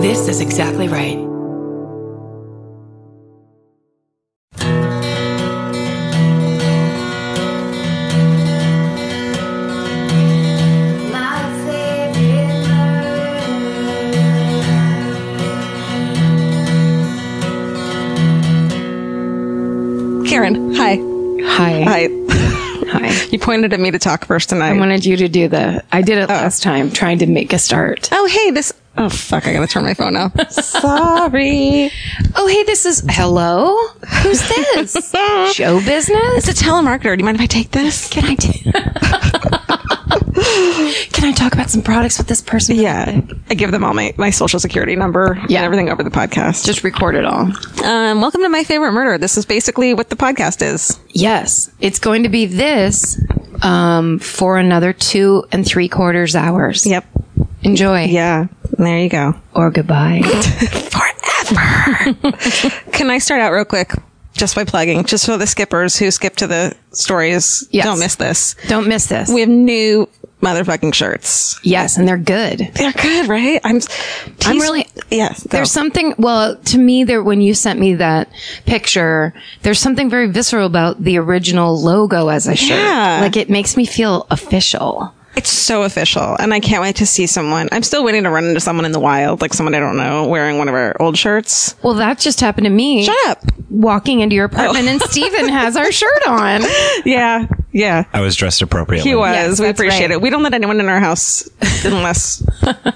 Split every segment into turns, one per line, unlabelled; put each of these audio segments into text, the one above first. This is exactly right.
My favorite
Karen, hi.
Hi.
Hi.
Hi.
You pointed at me to talk first tonight.
I wanted you to do the. I did it last time, trying to make a start.
oh, hey, this. Oh, fuck. I gotta turn my phone off. Sorry.
Oh, hey, this is. Hello? Who's this? Show business?
It's a telemarketer. Do you mind if I take this?
Can I do. Can I talk about some products with this person?
Yeah. I give them all my, my social security number yeah. and everything over the podcast.
Just record it all.
um, welcome to My Favorite Murder. This is basically what the podcast is.
Yes. It's going to be this um, for another two and three quarters hours.
Yep.
Enjoy.
Yeah. There you go.
Or goodbye.
Can I start out real quick? Just by plugging, just so the skippers who skip to the stories
Yes.
don't miss this.
Don't miss this.
We have new motherfucking shirts.
yes, and they're good.
They're good, right? I'm.
I'm really-
Yes.
There's something, well, to me, there, when you sent me that picture, there's something very visceral about the original logo as a shirt.
Yeah.
Like it makes me feel official.
It's so official, and I can't wait to see someone. I'm still waiting to run into someone in the wild, like someone I don't know, wearing one of our old shirts.
Well, that just happened to me.
Shut Oh. up.
Walking into your apartment and Steven has our shirt on.
Yeah, yeah.
I was dressed appropriately.
He was.
Yes,
we
that's
appreciate
right.
it. We don't let anyone in our house unless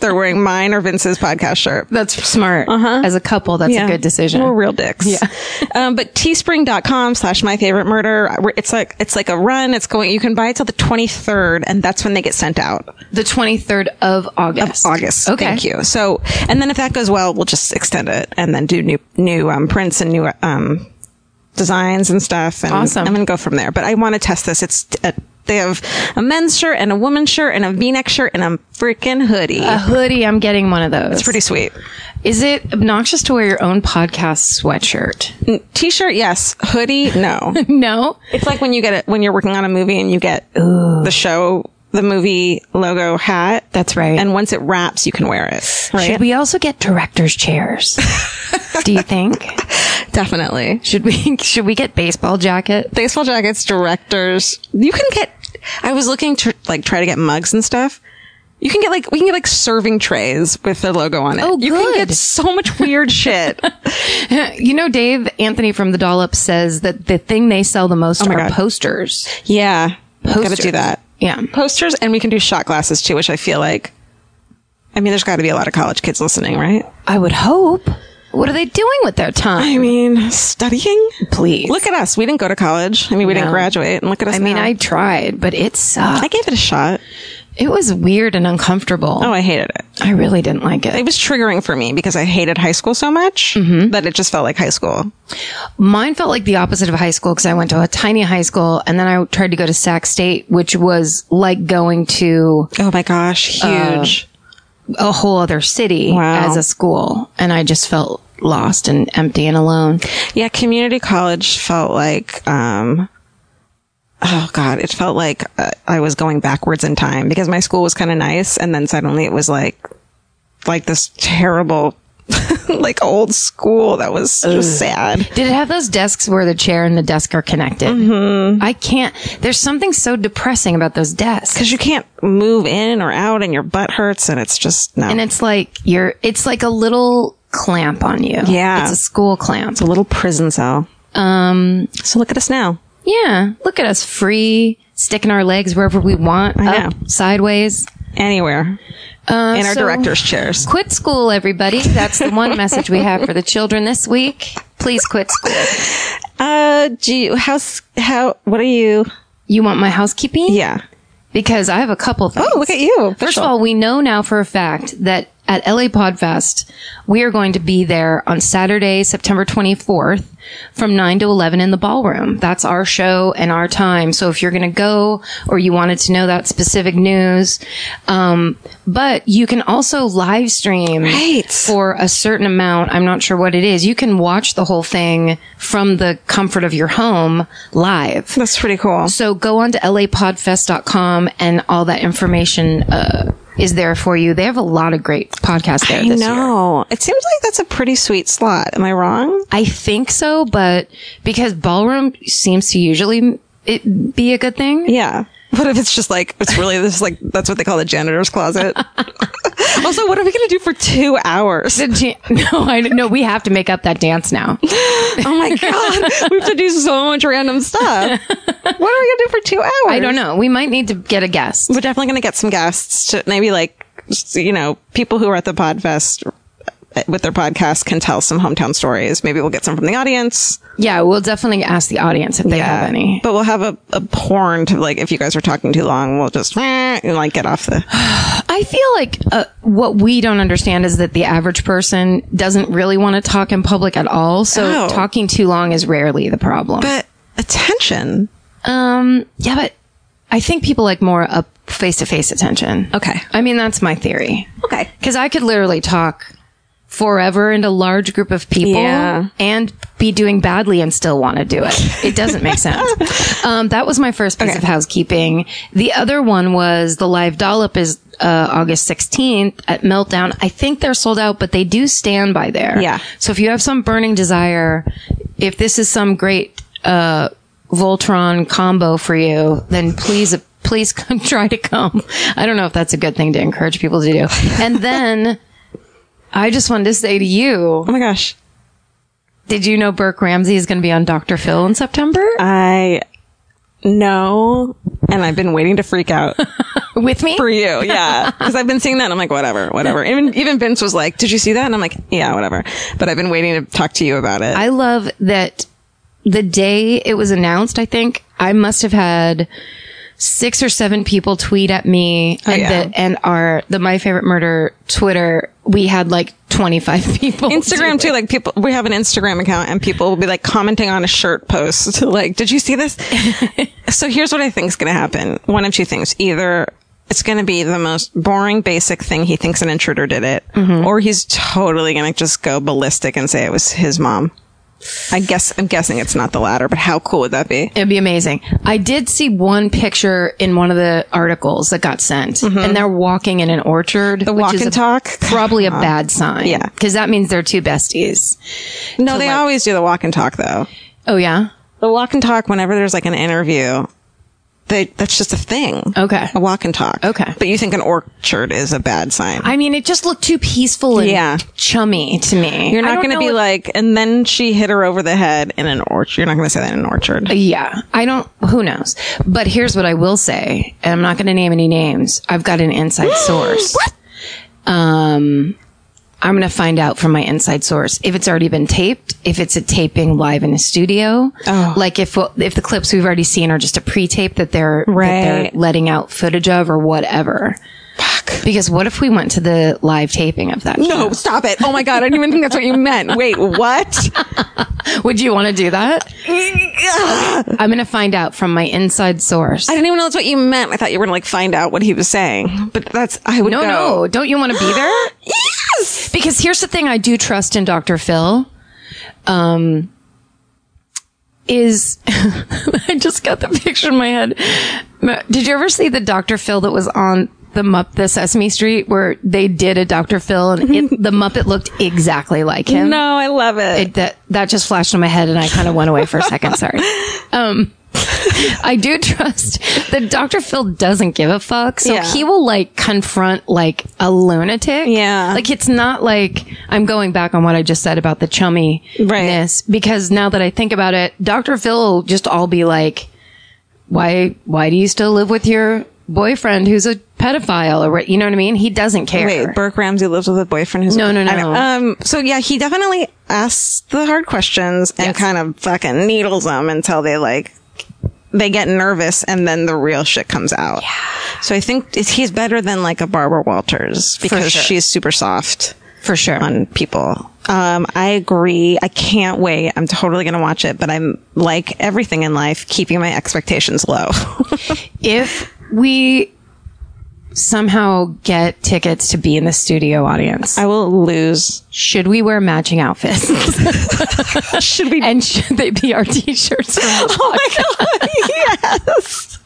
they're wearing mine or Vince's podcast shirt.
That's smart. Uh-huh. As a couple, that's a good decision.
We're real dicks.
Yeah.
um, but teespring.com slash my favorite murder. It's like, it's like a run. It's going, you can buy it till the 23rd and that's when they get sent out.
The 23rd of August.
August.
Okay.
Thank you. So, and then if that goes well, we'll just extend it and then do new new um, prints and new um, designs and stuff. And
Awesome.
I'm gonna go from there. But I want to test this. It's uh they have a men's shirt and a woman's shirt and a V-neck shirt and a freaking hoodie.
A hoodie. I'm getting one of those.
it's pretty sweet.
Is it obnoxious to wear your own podcast sweatshirt?
T-shirt, yes. Hoodie, no.
No.
it's like when you get it when you're working on a movie and you get the show, the movie logo hat.
That's right.
And once it wraps, you can wear it. Right?
Should we also get director's chairs? Do you think?
Definitely.
Should we should we get baseball jacket?
baseball jackets, directors. You can get. I was looking to like try to get mugs and stuff. You can get like we can get like serving trays with their logo on it.
Oh,
you can
good.
get so much weird shit.
You know, Dave Anthony from the Dollop says that the thing they sell the most are
God.
posters.
Yeah, gotta
Posters.
do that.
Yeah.
posters, and we can do shot glasses too, which I feel like. I mean, there's got to be a lot of college kids listening, right?
I would hope. What are they doing with their time?
I mean, studying.
Please.
Look at us. We didn't go to college. I mean, we didn't
No.
graduate, and look at us.
I mean,
now.
I tried, but it
I
sucked.
gave it a shot.
It was weird and uncomfortable.
Oh, I hated it.
I really didn't like
It
it.
was triggering for me because I hated high school so much that it just felt like high school.
Mine felt like the opposite of high school because I went to a tiny high school and then I tried to go to Sac State, which was like going to
Oh my gosh, huge.
a whole other city
Wow.
as a school and i just felt lost and empty and alone
yeah, community college felt like um oh god, it felt like uh, I was going backwards in time because my school was kind of nice and then suddenly it was like like this terrible like old school that was just sad.
did it have those desks where the chair and the desk are connected
Mm-hmm.
i can't there's something so depressing about those desks
Cuz you can't move in or out and your butt hurts and it's just no.
and it's like you're it's like a little clamp on you
Yeah.
it's a school clamp
a little prison cell.
um
So look at us now.
yeah look at us free sticking our legs wherever we want
I
up,
know.
sideways
Anywhere.
uh,
in our
so-
director's chairs.
quit school everybody that's the one message we have for the children this week please quit school
Uh, do you, how, s- how, what are you?
you want my housekeeping
Yeah.
because I have a couple things.
Oh, look at you.
First of all, we know now for a fact that at LA Podfest, we are going to be there on Saturday, September 24th from 9 to 11 in the ballroom. That's our show and our time. So if you're going to go or you wanted to know that specific news, um, but you can also live stream
Right.
for a certain amount. I'm not sure what it is. You can watch the whole thing from the comfort of your home live.
That's pretty cool.
So go on to lapodfest.com and all that information uh, is there for you. They have a lot of great podcasts there
I
this year.
know. It seems like that's a pretty sweet slot. Am I wrong?
I think so, but because ballroom seems to usually it be a good thing.
Yeah. What if it's just like it's really this is like that's what they call the janitor's closet? also, what are we gonna do for two hours?
The jan- no, I no, we have to make up that dance now.
Oh my god, we have to do so much random stuff. What are we gonna do for two hours?
I don't know. We might need to get a guest.
We're definitely gonna get some guests to maybe like you know people who are at the Podfest eh, with their podcast can tell some hometown stories. Maybe we'll get some from the audience. Uh,
Yeah, we'll definitely ask the audience if they have any.
But we'll have a, a horn to like if you guys are talking too long, we'll just and like get off the.
I feel like uh, what we don't understand is that the average person doesn't really want to talk in public at all. So
Oh.
talking too long is rarely the problem.
But attention.
um, yeah, but I think people like more up face to face attention.
Okay.
I mean that's my theory.
Okay.
Because I could literally talk forever in a large group of people
Yeah.
and be doing badly and still want to do it. It doesn't make sense. Um, that was my first piece of housekeeping. The other one was the live dollop is uh, August 16th at Meltdown. I think they're sold out, but they do stand by there.
Yeah.
So if you have some burning desire, if this is some great uh, Voltron combo for you, then please please come try to come. I don't know if that's a good thing to encourage people to do. And then I just wanted to say to you,
Oh my gosh.
did you know Burke Ramsey is going to be on Dr. Phil in September
I know, and I've been waiting to freak out
with me?
for you. Yeah, because I've been seeing that. And I'm like, whatever, whatever. Even even Vince was like, "Did you see that?" And I'm like, "Yeah, whatever." But I've been waiting to talk to you about it.
I love that the day it was announced, I think I must have had six or seven people tweet at me and
Oh, yeah.
the, and our, the My Favorite Murder Twitter, we had like 25 people.
Instagram
do
too,
it.
like people, we have an Instagram account and people will be like commenting on a shirt post. Like, did you see this? so here's what I think is going to happen. One of two things. Either it's going to be the most boring, basic thing. He thinks an intruder did it, or he's totally going to just go ballistic and say it was his mom. I guess, I'm guessing it's not the latter, but how cool would that be?
It'd be amazing. I did see one picture in one of the articles that got sent, and they're walking in an orchard. The
Mm-hmm. walk and talk? Uh-huh.
probably a bad sign.
Yeah.
because that means they're two besties.
No, they
like-
always do the walk and talk though.
Oh yeah,
The walk and talk, whenever there's like an interview, they, that's just a thing.
Okay.
A walk and talk.
Okay.
But you think an orchard is a bad sign.
I mean, it just looked too peaceful and
Yeah.
chummy to me.
You're
I
not
don't
going to
know
be
if-
like, and then she hit her over the head in an orchard. You're not going to say that in an orchard.
Yeah, I don't. Who knows? But here's what I will say, and I'm not going to name any names. I've got an inside source. What? Um, I'm going to find out from my inside source if it's already been taped, if it's a taping live in a studio, like if if the clips we've already seen are just a pre-tape that they're that they're
Right.
letting out footage of or whatever. Fuck. Because what if we went to the live taping of that?
No, stop it. Oh my God. I didn't even think that's what you meant. Wait, what?
show? Would you want to do that?
I
I'm going to find out from my inside source.
didn't even know that's what you meant. I thought you were going to like find out what he was saying, but that's, I would
no,
go.
no, don't you want to be there?
Yes.
because here's the thing I do trust in Dr. Phil. Um, is I just got the picture in my head. Did you ever see the Dr. Phil that was on the Mupp the Sesame Street where they did a Dr. Phil and it, the Muppet looked exactly like him?
Mm-hmm. No, I love it.
It- that that just flashed in my head and I kind of went away for a second. Sorry. Um, I do trust that Dr. Phil doesn't give a fuck. So
Yeah.
he will like confront like a lunatic.
Yeah.
Like it's not like I'm going back on what I just said about the chummy because now that I think about it, Dr. Phil will just all be like, why, why do you still live with your boyfriend who's a pedophile or what? You know what I mean? He doesn't care.
Wait, Burke Ramsey lives with a boyfriend who's
No, no,
I know.
no.
Um, so yeah, he definitely asks the hard questions and
Yes.
kind of fucking needles them until they like they get nervous and then the real shit comes out. Yeah. So I think it's- he's better than like a Barbara Walters because
sure.
she's super soft
for sure.
on people. Um, I agree. I can't wait. I'm totally gonna watch it, but I'm like everything in life, keeping my expectations low.
if we somehow get tickets to be in the studio audience.
I will lose.
Should we wear matching outfits?
Should we?
and should they be our t-shirts? from the
oh my god! Yes,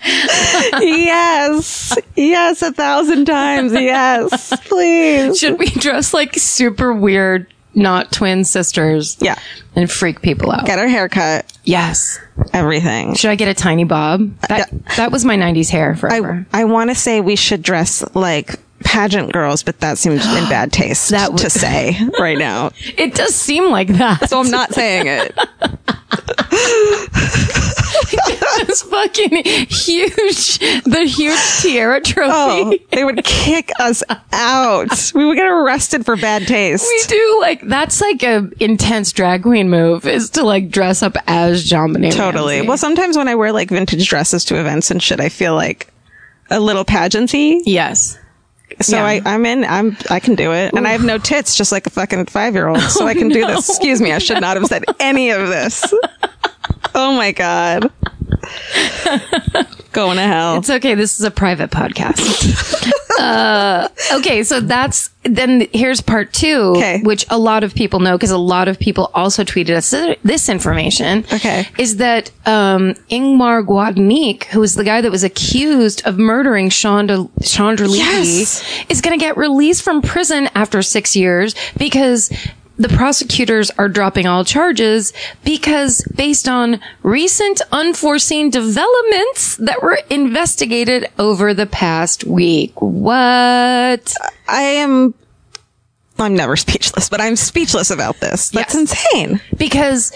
yes, yes, a thousand times. Yes, please.
Should we dress like super weird, not twin sisters?
Yeah.
And freak people out.
Get her haircut.
Yes.
Everything.
Should I get a tiny bob? That, that was my 90s hair forever.
I, I want to say we should dress like pageant girls, but that seems in bad taste
That would-
to say right now.
it does seem like that.
So I'm not saying it.
It's fucking huge. The huge tiara trophy.
Oh, they would kick us out. We would get arrested for bad taste.
We do like that's like a intense drag queen move is to like dress up as John Bonet.
Totally. Well, sometimes when I wear like vintage dresses to events and shit, I feel like a little pageanty.
yes.
So
Yeah.
I, I'm in. I'm. I can do it, and I have no tits, just like a fucking five year old. So I can do this. Excuse me. I should not have said any of this. oh my god. Going to hell.
It's okay. This is a private podcast. uh, okay, so that's then. Here's part two,
Okay.
which a lot of people know because a lot of people also tweeted us this information.
Okay.
is that um, Ingmar Guadagnic, who is the guy that was accused of murdering Chandra Chandra Levy,
Yes.
is going to get released from prison after six years because. The prosecutors are dropping all charges because based on recent unforeseen developments that were investigated over the past week. What?
I am. I'm never speechless, but I'm speechless about this. That's
Yes.
insane.
because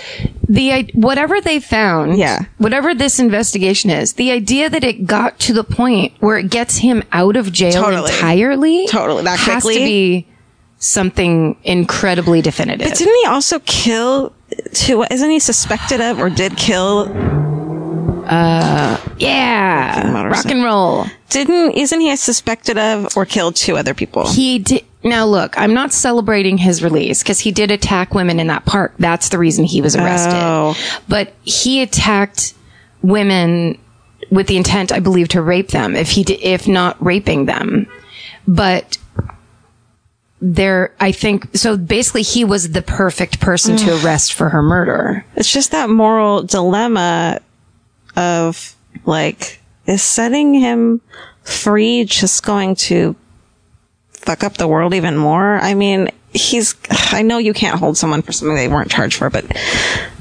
the whatever they found,
Yeah.
whatever this investigation is, the idea that it got to the point where it gets him out of jail
Totally.
entirely,
Totally. That
has to
quickly?
be something incredibly definitive.
But didn't he also kill? Two? Isn't he suspected of or did kill
yeah, rock
motorcycle.
and roll.
Didn't isn't he suspected of or killed two other people?
He did. Now look, I'm not celebrating his release because he did attack women in that park. That's the reason he was arrested.
Oh.
But he attacked women with the intent, I believe, to rape them. If he, di- if not raping them, but there, I think so. Basically, he was the perfect person to arrest for her murder.
it's just that moral dilemma of like is setting him free just going to fuck up the world even more? I mean, he's I know you can't hold someone for something they weren't charged for, but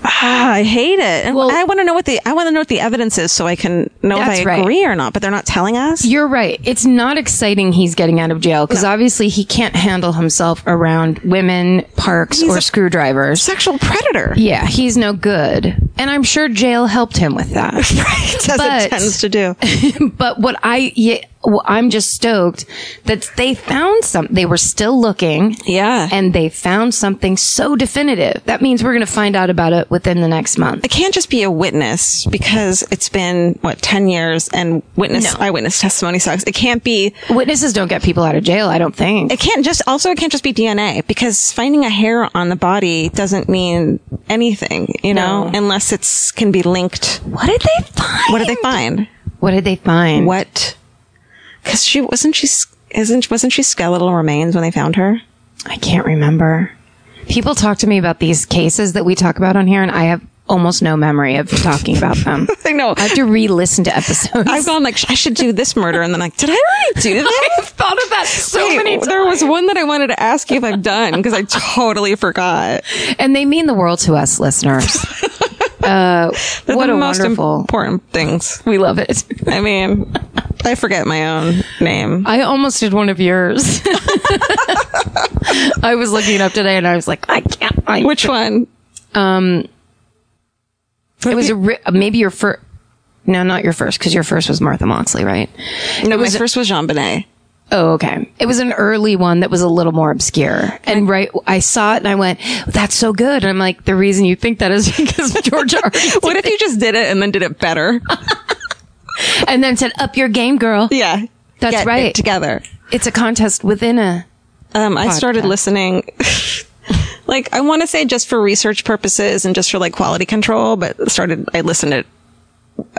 ah, I hate it. And
Well-
I want to know what the I want to know what the evidence is so I can know if I
That's right.
agree or not, but they're not telling us.
You're right. It's not exciting he's getting out of jail because obviously he can't handle himself around women, parks, or
a-
screwdrivers.
Sexual predator.
Yeah, he's no good. And I'm sure jail helped him with that.
Right, as
But-
it tends to do.
but what I, yeah, well, I'm just stoked that they found some, they were still looking.
Yeah.
And they found something so definitive. That means we're going to find out about it within the next month.
it can't just be a witness because it's been what 10 years and witness
No.
eyewitness testimony sucks it can't be
Witnesses don't get people out of jail, I don't think.
it can't just also it can't just be dna because finding a hair on the body doesn't mean anything you know
No.
unless it's can be linked
What did they find?
what did they find
What did they find?
what because she wasn't she s- isn't wasn't she skeletal remains when they found her
I can't remember. People talk to me about these cases that we talk about on here, and I have almost no memory of talking about them.
i know
I have to re-listen to episodes.
i've gone like i should do this murder and then like did i already do that
I've thought of that so
Wait,
many times.
there was one that I wanted to ask you if I've done because I totally forgot.
and they mean the world to us, listeners. Uh,
They're
What
the
a
most
wonderful-
important things.
we love it.
I mean, I forget my own name.
I almost did one of yours. I was looking it up today, and I was like, I can't find
Which one?
It was a ri- maybe your first. No, not your first, because your first was Martha Moxley, right?
No, my first was Jean Bonnet.
Oh, okay. It was an early one that was a little more obscure. And right, I saw it and I went, that's so good. And I'm like, the reason you think that is because Georgia already did
What if you just did it and then did it
it."
better?
and then said, up your game, girl.
Yeah,
That's
Get it
right.
together.
It's a contest within a,
Um, I started
Podcast.
listening. like I want to say just for research purposes and just for like quality control, but started I listened to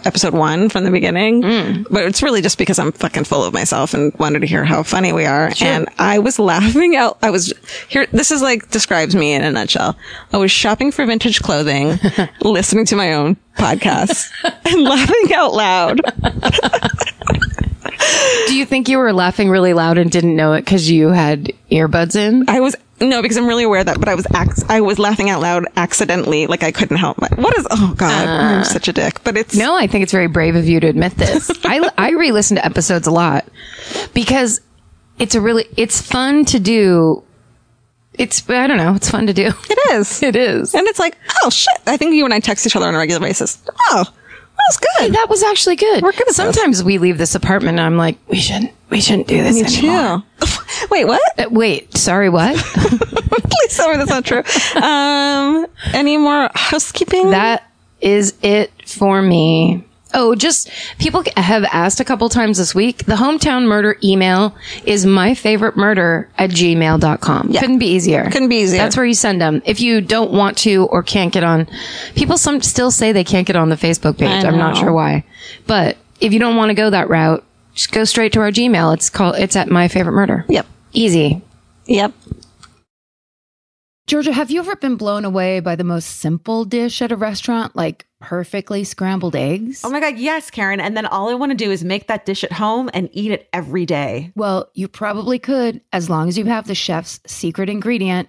episode one from the beginning, but it's really just because I'm fucking full of myself and wanted to hear how funny we are. And I was laughing out. I was here. This is like describes me in a nutshell. I was shopping for vintage clothing, listening to my own podcast and laughing out loud.
Do you think you were laughing really loud and didn't know it because you had earbuds in?
I was no, because I'm really aware of that, but I was ac- I was laughing out loud accidentally, like I couldn't help. My, what is? Oh God, I'm such a dick. But it's
Uh. No, I think it's very brave of you to admit this. I, I re-listen to episodes a lot because it's a really, it's fun to do. It's, I don't know, it's fun to do.
It is.
It is.
And it's like, oh shit! I think you and I text each other on a regular basis. Oh, that was good.
That was actually good.
We're good at this.
Sometimes we leave this apartment and I'm like, we shouldn't, we shouldn't do this anymore.
too. Wait, what?
Uh, wait, sorry, what?
Please tell me that's not true. Um, any more housekeeping?
that is it for me. Oh, just people have asked a couple times this week. The hometown murder email is my favorite murder at gmail.com. Couldn't be easier.
Couldn't be easier.
That's where you send them. If you don't want to or can't get on, people some still say they can't get on the Facebook page. I'm not
know.
sure why. But if you don't want to go that route, just go straight to our Gmail. It's called, it's at my favorite murder.
Yep.
Easy.
Yep.
Georgia, have you ever been blown away by the most simple dish at a restaurant, like perfectly scrambled eggs?
Oh my God, yes, Karen. And then all I want to do is make that dish at home and eat it every day.
Well, you probably could, as long as you have the chef's secret ingredient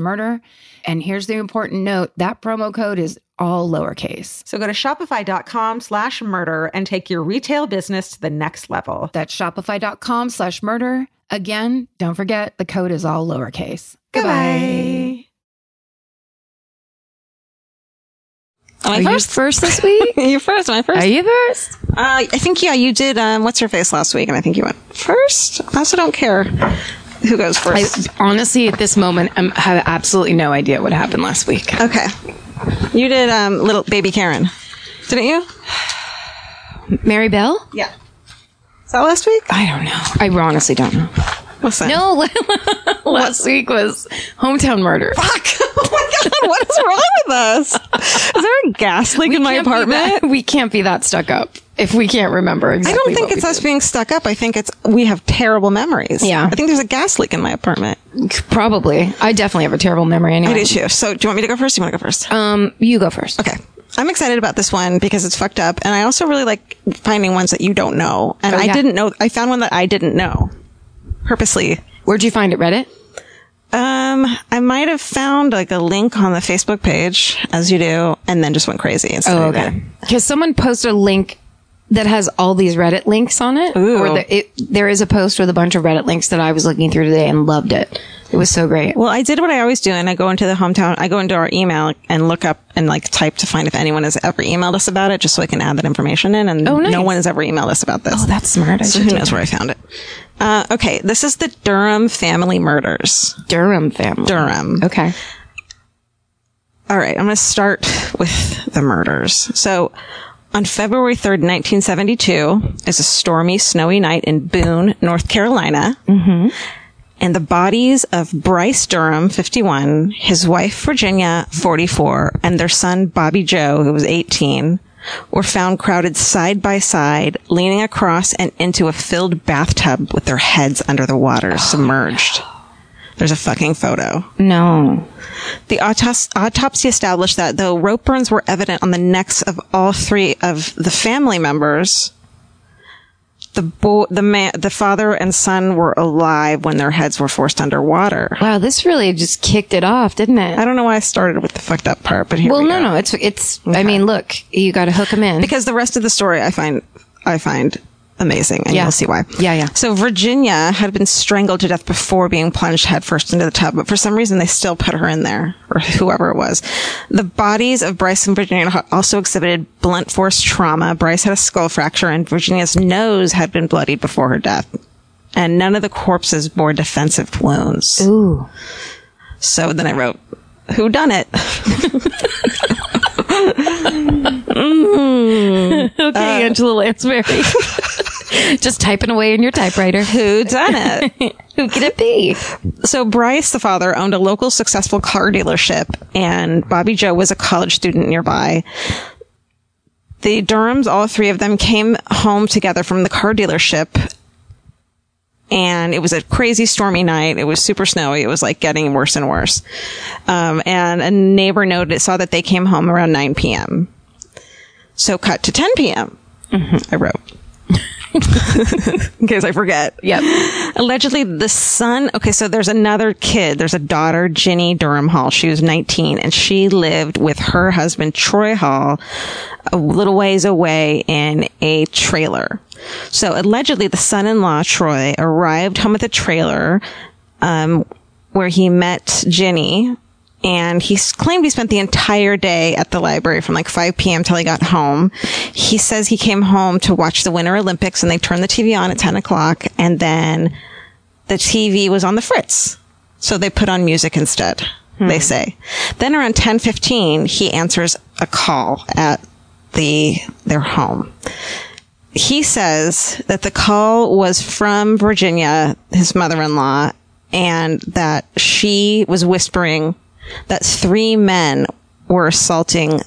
murder. And here's the important note that promo code is all lowercase.
So go to shopify.com slash murder and take your retail business to the next level.
That's shopify.com slash murder. Again, don't forget the code is all lowercase.
Goodbye.
Am I
Are you
first?
first this week?
You first. Am I first?
Are you first?
Uh, I think yeah. You did. Um, what's your face last week? And I think you went first. I also don't care who goes
I
first.
honestly, at this moment, I have absolutely no idea what happened last week.
okay. You did um, little baby Karen, didn't you?
Mary Bell?
Yeah. Is that last week?
I don't know. I honestly don't know.
Listen.
No, last week was hometown murder.
Fuck. Oh my god. What is wrong with us? Is there a gas leak in my
Can't be
apartment?
that- we can't be that stuck up if we can't remember
I
exactly.
don't
what
think
we
it's us
did.
being stuck up. I think it's we have terrible memories.
Yeah.
I think there's a gas leak in my apartment.
Probably. I definitely have a terrible memory
I
anyway. Uh.
do too. So do you want me to go first? You want to go first?
Um, you go first.
okay. I'm excited about this one because it's fucked up, and I also really like finding ones that you don't know. And I
Oh, yeah.
didn't know. I found one that I didn't know purposely.
Where'd you find it? Reddit?
Um, I might have found like a link on the Facebook page as you do, and then just went crazy. And
Oh,
started
okay.
it.
Because someone posted a link that has all these Reddit links on it.
Ooh.
Or the, it, there is a post with a bunch of Reddit links that I was looking through today and loved it. It was so great.
Well, I did what I always do, and I go into the hometown. I go into our email and look up and like type to find if anyone has ever emailed us about it, just so I can add that information in. And
Oh, nice.
no one has ever emailed us about this.
Oh, that's smart. I
So
should
who
do
knows where I found it? Uh, okay, this is the Durham family murders.
Durham family.
Durham.
Okay.
All right, I'm going to start with the murders. So, on February 3rd, 1972, is a stormy, snowy night in Boone, North Carolina. Mm-hmm. And the bodies of Bryce Durham, 51, his wife Virginia, 44, and their son Bobby Joe, who was 18, were found crowded side by side, leaning across and into a filled bathtub with their heads under the water, submerged. There's a fucking photo.
No.
The autos- autopsy established that though rope burns were evident on the necks of all three of the family members, the bo- the man, the father and son were alive when their heads were forced underwater.
Wow, this really just kicked it off, didn't it?
I don't know why I started with the fucked up part, but here
well,
we
no,
go.
no. It's, it's, I mean, look, you got to hook them in.
because the rest of the story I find I find amazing, and
Yeah.
you'll see why.
Yeah, yeah.
So Virginia had been strangled to death before being plunged headfirst into the tub, but for some reason they still put her in there, or whoever it was. The bodies of Bryce and Virginia had also exhibited blunt force trauma. Bryce had a skull fracture, and Virginia's nose had been bloodied before her death. And none of the corpses bore defensive wounds.
Ooh.
So then I wrote, "Who done it?"
Okay, Angela Lansbury. just typing away in your typewriter.
Who done it?
Who could it be?
So Bryce, the father, owned a local successful car dealership, and Bobby Joe was a college student nearby. The Durhams, all three of them, came home together from the car dealership, and it was a crazy stormy night. It was super snowy. It was like getting worse and worse. Um, and a neighbor noted saw that they came home around 9 p.m. So cut to 10 p.m. I wrote. In case I forget.
Yep.
Allegedly, the son. Okay, so there's another kid. There's a daughter, Ginny Durham Hall. She was 19, and she lived with her husband, Troy Hall, a little ways away in a trailer. So allegedly, the son-in-law, Troy, arrived home with a trailer, um, where he met Ginny. And he s- claimed he spent the entire day at the library from like 5 p.m. till he got home. He says he came home to watch the Winter Olympics and they turned the TV on at 10 o'clock and then the TV was on the fritz. So they put on music instead, they say. Then around 10:15, he answers a call at the their home. He says that the call was from Virginia, his mother-in-law, and that she was whispering that three men were assaulting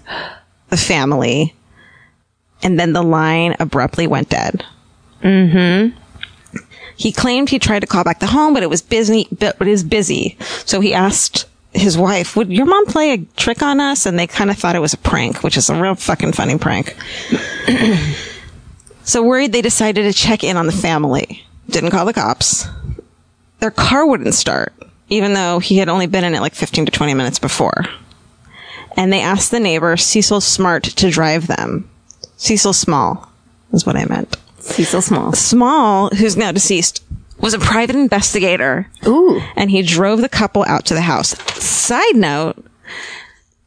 the family. And then the line abruptly went dead. He claimed he tried to call back the home, but it was busy, but it was busy. So he asked his wife, would your mom play a trick on us? And they kind of thought it was a prank, which is a real fucking funny prank. so worried, they decided to check in on the family. Didn't call the cops. Their car wouldn't start, even though he had only been in it like 15 to 20 minutes before. And they asked the neighbor, Cecil Smart, to drive them. Cecil Small is what I meant.
Cecil Small.
Small, who's now deceased, was a private investigator.
Ooh.
And he drove the couple out to the house. Side note,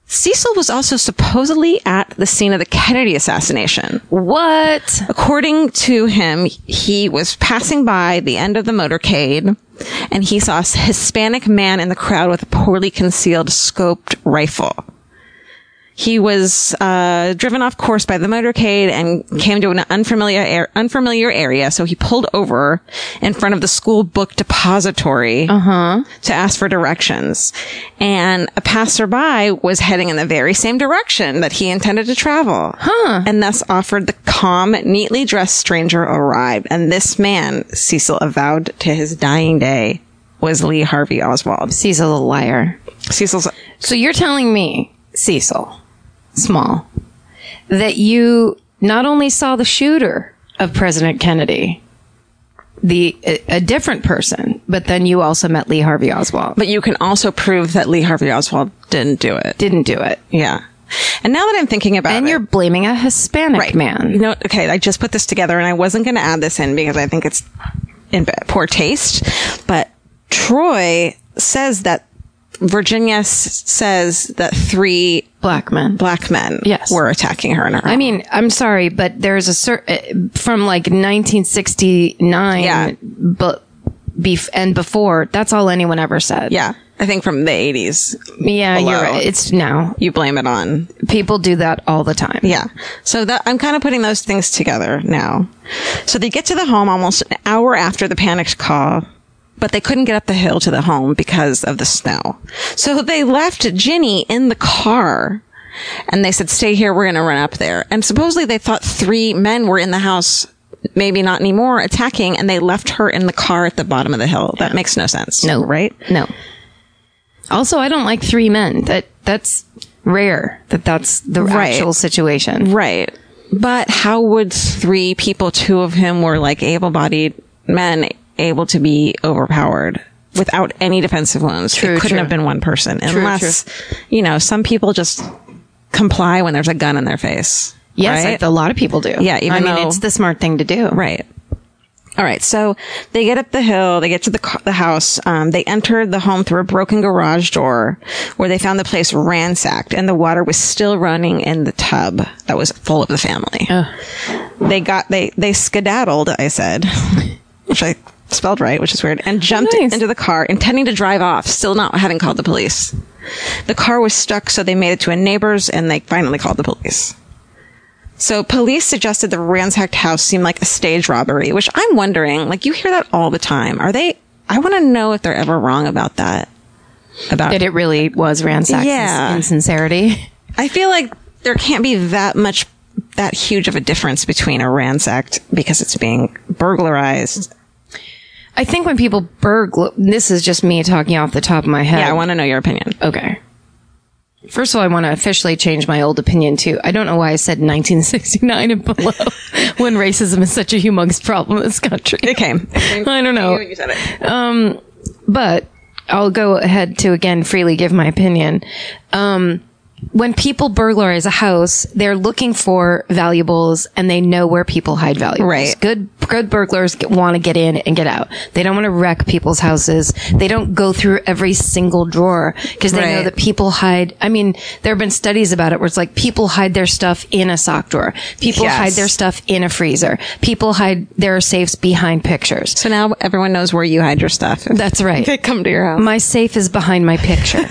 Cecil was also supposedly at the scene of the Kennedy assassination.
What?
According to him, he was passing by the end of the motorcade and he saw a Hispanic man in the crowd with a poorly concealed scoped rifle. He was uh, driven off course by the motorcade and came to an unfamiliar ar- unfamiliar area. So he pulled over in front of the school book depository to ask for directions. And a passerby was heading in the very same direction that he intended to travel. Huh. And thus offered the calm, neatly dressed stranger arrived. And this man, Cecil avowed to his dying day, was Lee Harvey Oswald.
Cecil's a liar.
Cecil's
So you're telling me Cecil Small that you not only saw the shooter of President Kennedy, the a, a different person, but then you also met Lee Harvey Oswald. But
But you can also prove that Lee Harvey Oswald didn't do it.
didn't do it.
Yeah. And now that I'm thinking about
And
it,
you're blaming a Hispanic
You
man.
know, okay, I just put this together and I wasn't going to add this in because I think it's in ba- poor taste. But Troy says that Virginia s- says that three
Black man.
black men
Yes.
were attacking her in her
I mean, I'm sorry, but there's a cer- uh, from like 1969,
Yeah.
but bef- and before, that's all anyone ever said.
yeah, I think from the 80s
yeah,
Below.
you're right. It's now
you blame it on.
people do that all the time.
Yeah. So that I'm kind of putting those things together now. So they get to the home almost an hour after the panicked call, but they couldn't get up the hill to the home because of the snow. So they left Ginny in the car and they said, stay here. We're going to run up there. And supposedly they thought three men were in the house. Maybe not anymore attacking and they left her in the car at the bottom of the hill. That makes no sense.
No.
Right?
No. Also, I don't like three men. That that's rare. That that's the
Right.
actual situation.
Right. But how would three people, two of whom were like able bodied men, able to be overpowered without any defensive wounds?
True,
it couldn't
true.
have been one person unless, you know, some people just comply when there's a gun in their face.
Yes,
Right?
a lot of people do.
Yeah, even
I mean,
though-
it's the smart thing to do.
Right. All right. So they get up the hill. They get to the ca- the house. Um, they entered the home through a broken garage door, where they found the place ransacked, and the water was still running in the tub that was full of the family. They got they they skedaddled. I said, which I spelled right, which is weird, and jumped
nice.
into the car, intending to drive off, still not having called the police. The car was stuck, so they made it to a neighbor's, and they finally called the police. So police suggested the ransacked house seemed like a stage robbery, which I'm wondering, like you hear that all the time. Are they, I want to know if they're ever wrong about that. About,
That it really was ransacked
Yeah.
in insincerity.
I feel like there can't be that much, that huge of a difference between a ransacked because it's being burglarized.
I think when people burgl, this is just me talking off the top of my head.
Yeah, I want to know your opinion.
Okay. First of all, I want to officially change my old opinion too. I don't know why I said 1969 and below when racism is such a humongous problem in this country.
Okay.
I don't know.
You said it.
but I'll go ahead to again freely give my opinion. Um, when people burglarize a house, they're looking for valuables and they know where people hide valuables.
Right.
Good, good burglars want to get in and get out. They don't want to wreck people's houses. They don't go through every single drawer because they know
Right.
that people hide. I mean, there have been studies about it where it's like people hide their stuff in a sock drawer. People
Yes.
hide their stuff in a freezer. People hide their safes behind pictures.
So now everyone knows where you hide your stuff.
That's right.
They come to your house.
My safe is behind my picture.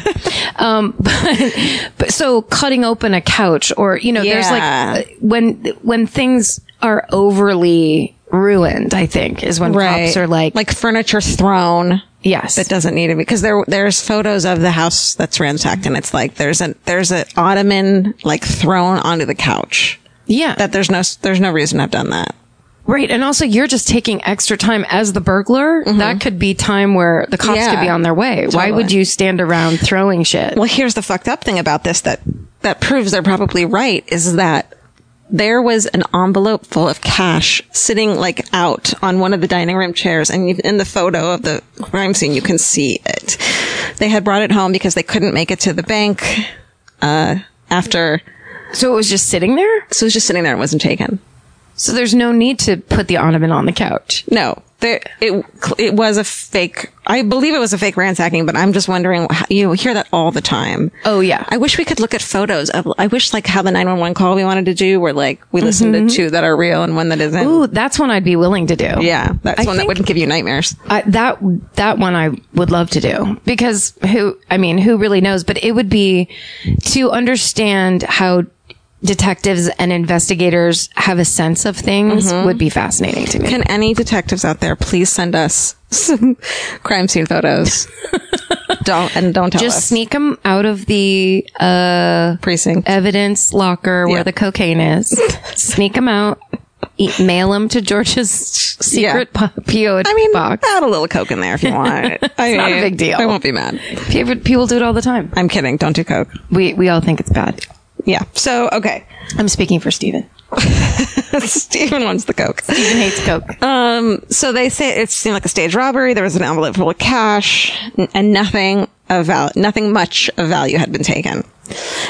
um, but, but so cutting open a couch or, you know, there's like
Yeah.
uh, when, when things are overly ruined, I think is when cops are like,
like furniture thrown.
yes,
that doesn't need to be because there there's photos of the house that's ransacked and it's like there's an there's an ottoman like thrown onto the couch
yeah,
that there's no there's no reason I've done that.
right. And also you're just taking extra time as the burglar. That could be time where the cops
Mm-hmm. Yeah.
could be on their way. Why
Totally.
would you stand around throwing shit?
Well, here's the fucked up thing about this that that proves they're probably right is that there was an envelope full of cash sitting like out on one of the dining room chairs and you- in the photo of the crime scene you can see it. They had brought it home because they couldn't make it to the bank uh after
so it was just sitting there.
so it was just sitting there and wasn't taken.
So there's no need to put the ottoman on the couch.
No, there, it it was a fake. I believe it was a fake ransacking, but I'm just wondering. how- You hear that all the time.
Oh, yeah.
I wish we could look at photos of. I wish like how the 911 call we wanted to do, where like we listened to two that are real and one that isn't.
Mm-hmm. Ooh, that's one I'd be willing to do.
yeah, that's
I
one that
think-
wouldn't give you nightmares.
I, that that one I would love to do because who I mean who really knows but it would be to understand how detectives and investigators have a sense of things would be fascinating to me.
Mm-hmm. Can any detectives out there please send us some crime scene photos? don't and don't tell
Just
us
sneak them out of the uh,
precinct.
evidence locker where
Yeah.
the cocaine is. sneak them out. E- mail them to George's secret po- PO
I mean,
box.
add a little coke in there if you want. I
not a
mean,
big deal.
I won't be mad.
People people do it all the time.
I'm kidding. Don't do coke.
We we all think it's bad.
Yeah. So, okay.
I'm speaking for Steven.
Steven wants the Coke.
Steven hates Coke.
Um, so they say it seemed like a staged robbery. There was an envelope full of cash n- and nothing of value, nothing much of value had been taken.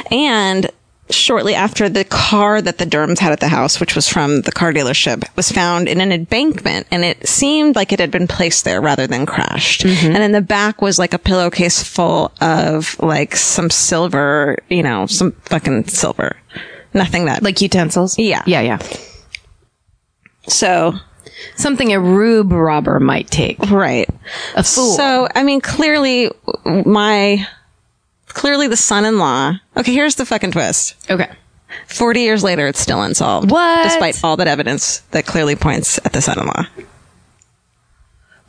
And shortly after the car that the Durhams had at the house, which was from the car dealership, was found in an embankment and it seemed like it had been placed there rather than crashed. And in the back was like a pillowcase full of like some silver, you know, some fucking silver. Nothing that
like utensils.
Yeah.
Yeah, yeah.
so
Something a rube robber might take.
Right.
A fool.
So, I mean, clearly my, clearly the son-in-law. Okay, here's the fucking twist.
Okay.
40 years later, it's still unsolved.
What?
Despite all that evidence that clearly points at the son-in-law.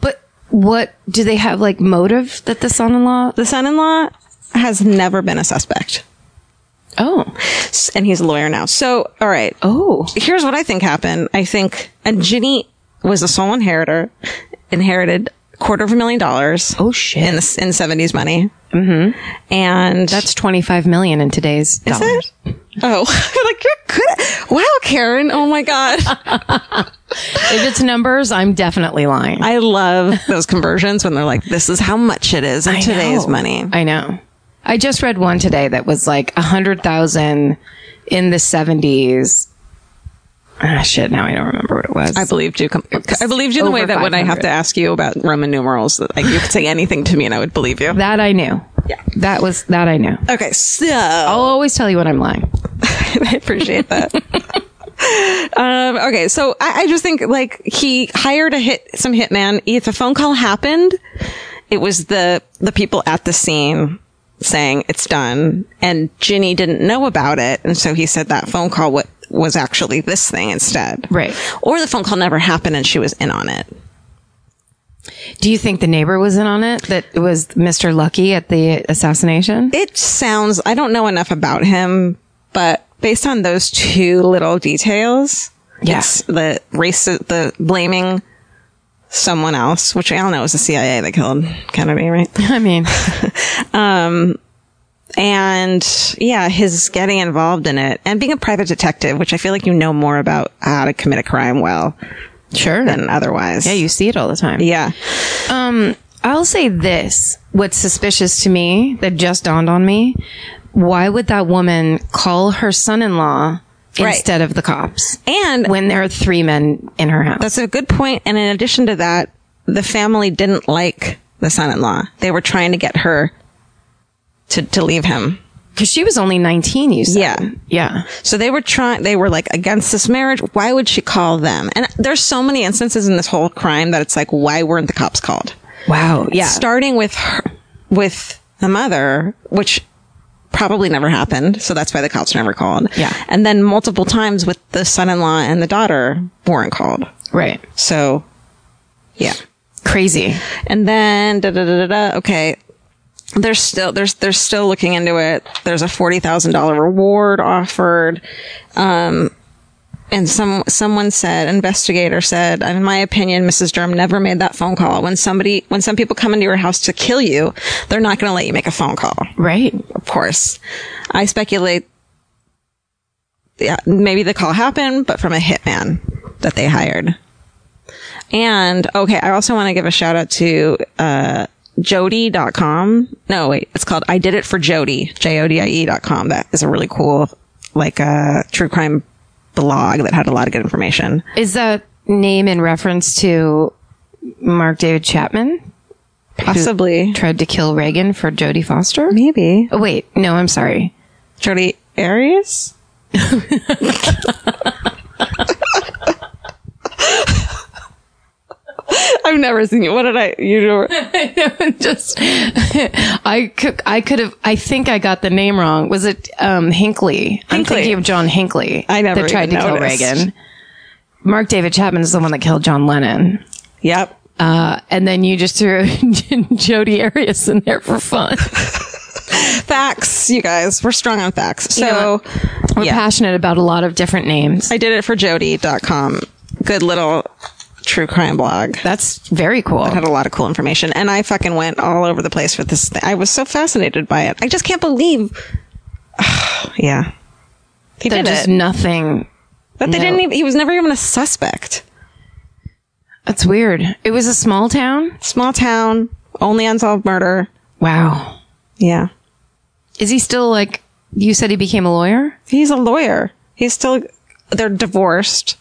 But what do they have like motive that the son-in-law?
The son-in-law has never been a suspect.
Oh.
S- And he's a lawyer now. So, all right.
Oh.
Here's what I think happened. I think, and Ginny was the sole inheritor, inherited quarter of a million dollars.
Oh, shit.
In the, in 70s money. Mm-hmm. And
That's 25 million in today's dollars.
it? Oh, like you're good. At- wow, Karen. Oh my God.
If it's numbers, I'm definitely lying.
I love those conversions when they're like, this is how much it is in today's
know.
money.
I know. I just read one today that was like a hundred thousand in the seventies. Ah, shit. Now I don't remember what it was.
I believed you. Com- I believed you in the way
over
that when I have
500.
to ask you about Roman numerals, that like you could say anything to me and I would believe you.
that I knew.
Yeah.
That was that I knew.
Okay, so
I'll always tell you when I'm lying.
I appreciate that. um, okay, so I, I just think like he hired a hit some hitman. If a phone call happened, it was the the people at the scene saying it's done, and Ginny didn't know about it, and so he said that phone call wa- was actually this thing instead,
Right.
Or the phone call never happened, and she was in on it.
Do you think the neighbor was in on it? That was Mr. Lucky at the assassination?
It sounds, I don't know enough about him, but based on those two little details,
Yeah.
it's the race, the blaming someone else, which I don't know, it was the CIA that killed Kennedy, right?
I mean,
And yeah, his getting involved in it and being a private detective, which I feel like you know more about how to commit a crime well
sure.
than otherwise.
Yeah, you see it all the time.
yeah.
I'll say this. What's suspicious to me that just dawned on me. Why would that woman call her son-in-law
Right.
instead of the cops?
And
when there are three men in her house.
That's a good point. And in addition to that, the family didn't like the son-in-law. They were trying to get her to, to leave him.
Because she was only 19, you said.
Yeah.
Yeah.
So they were trying, they were like against this marriage. Why would she call them? And there's so many instances in this whole crime that it's like, why weren't the cops called?
Wow. Yeah.
Starting with her, with the mother, which probably never happened. So that's why the cops never called.
Yeah.
And then multiple times with the son-in-law and the daughter weren't called.
right.
So yeah.
Crazy.
And then da da da da da. Okay, there's still there's they're still looking into it. There's a forty thousand dollar reward offered. Um, and some someone said investigator said in my opinion mrs durham never made that phone call when somebody when some people come into your house to kill you they're not going to let you make a phone call
Right.
of course. I speculate, yeah, maybe the call happened, but from a hitman that they hired. And okay, I also want to give a shout out to, uh, Jody.com. No, wait, it's called I Did It for Jody, J O D I E.com. That is a really cool, like, uh, true crime blog that had a lot of good information.
Is that name in reference to Mark David Chapman?
Possibly.
Tried to kill Reagan for Jodie Foster?
Maybe.
Oh, wait. No, I'm sorry.
Jody Arias? I've never seen you. What did I? You know,
Just, I could, I could have, I think I got the name wrong. Was it, um, Hinckley? I'm
Hinckley.
thinking of John Hinckley.
I never
That tried
even
to
noticed.
kill Reagan. Mark David Chapman is the one that killed John Lennon.
yep.
and then you just threw Jody Arias in there for fun.
Facts, you guys. We're strong on facts. So
know We're
Yeah.
passionate about a lot of different names.
I did it for Jody.com. Good little true crime blog.
That's very cool.
Had a lot of cool information, and I fucking went all over the place with this. Thing. I was so fascinated by it. I just can't believe. yeah. They
They're
did
just
it.
nothing.
but they
no.
didn't even, he was never even a suspect.
That's weird. It was a small town.
Small town, only unsolved murder.
Wow.
Yeah.
Is he still like? You said he became a lawyer.
He's a lawyer. He's still, they're divorced.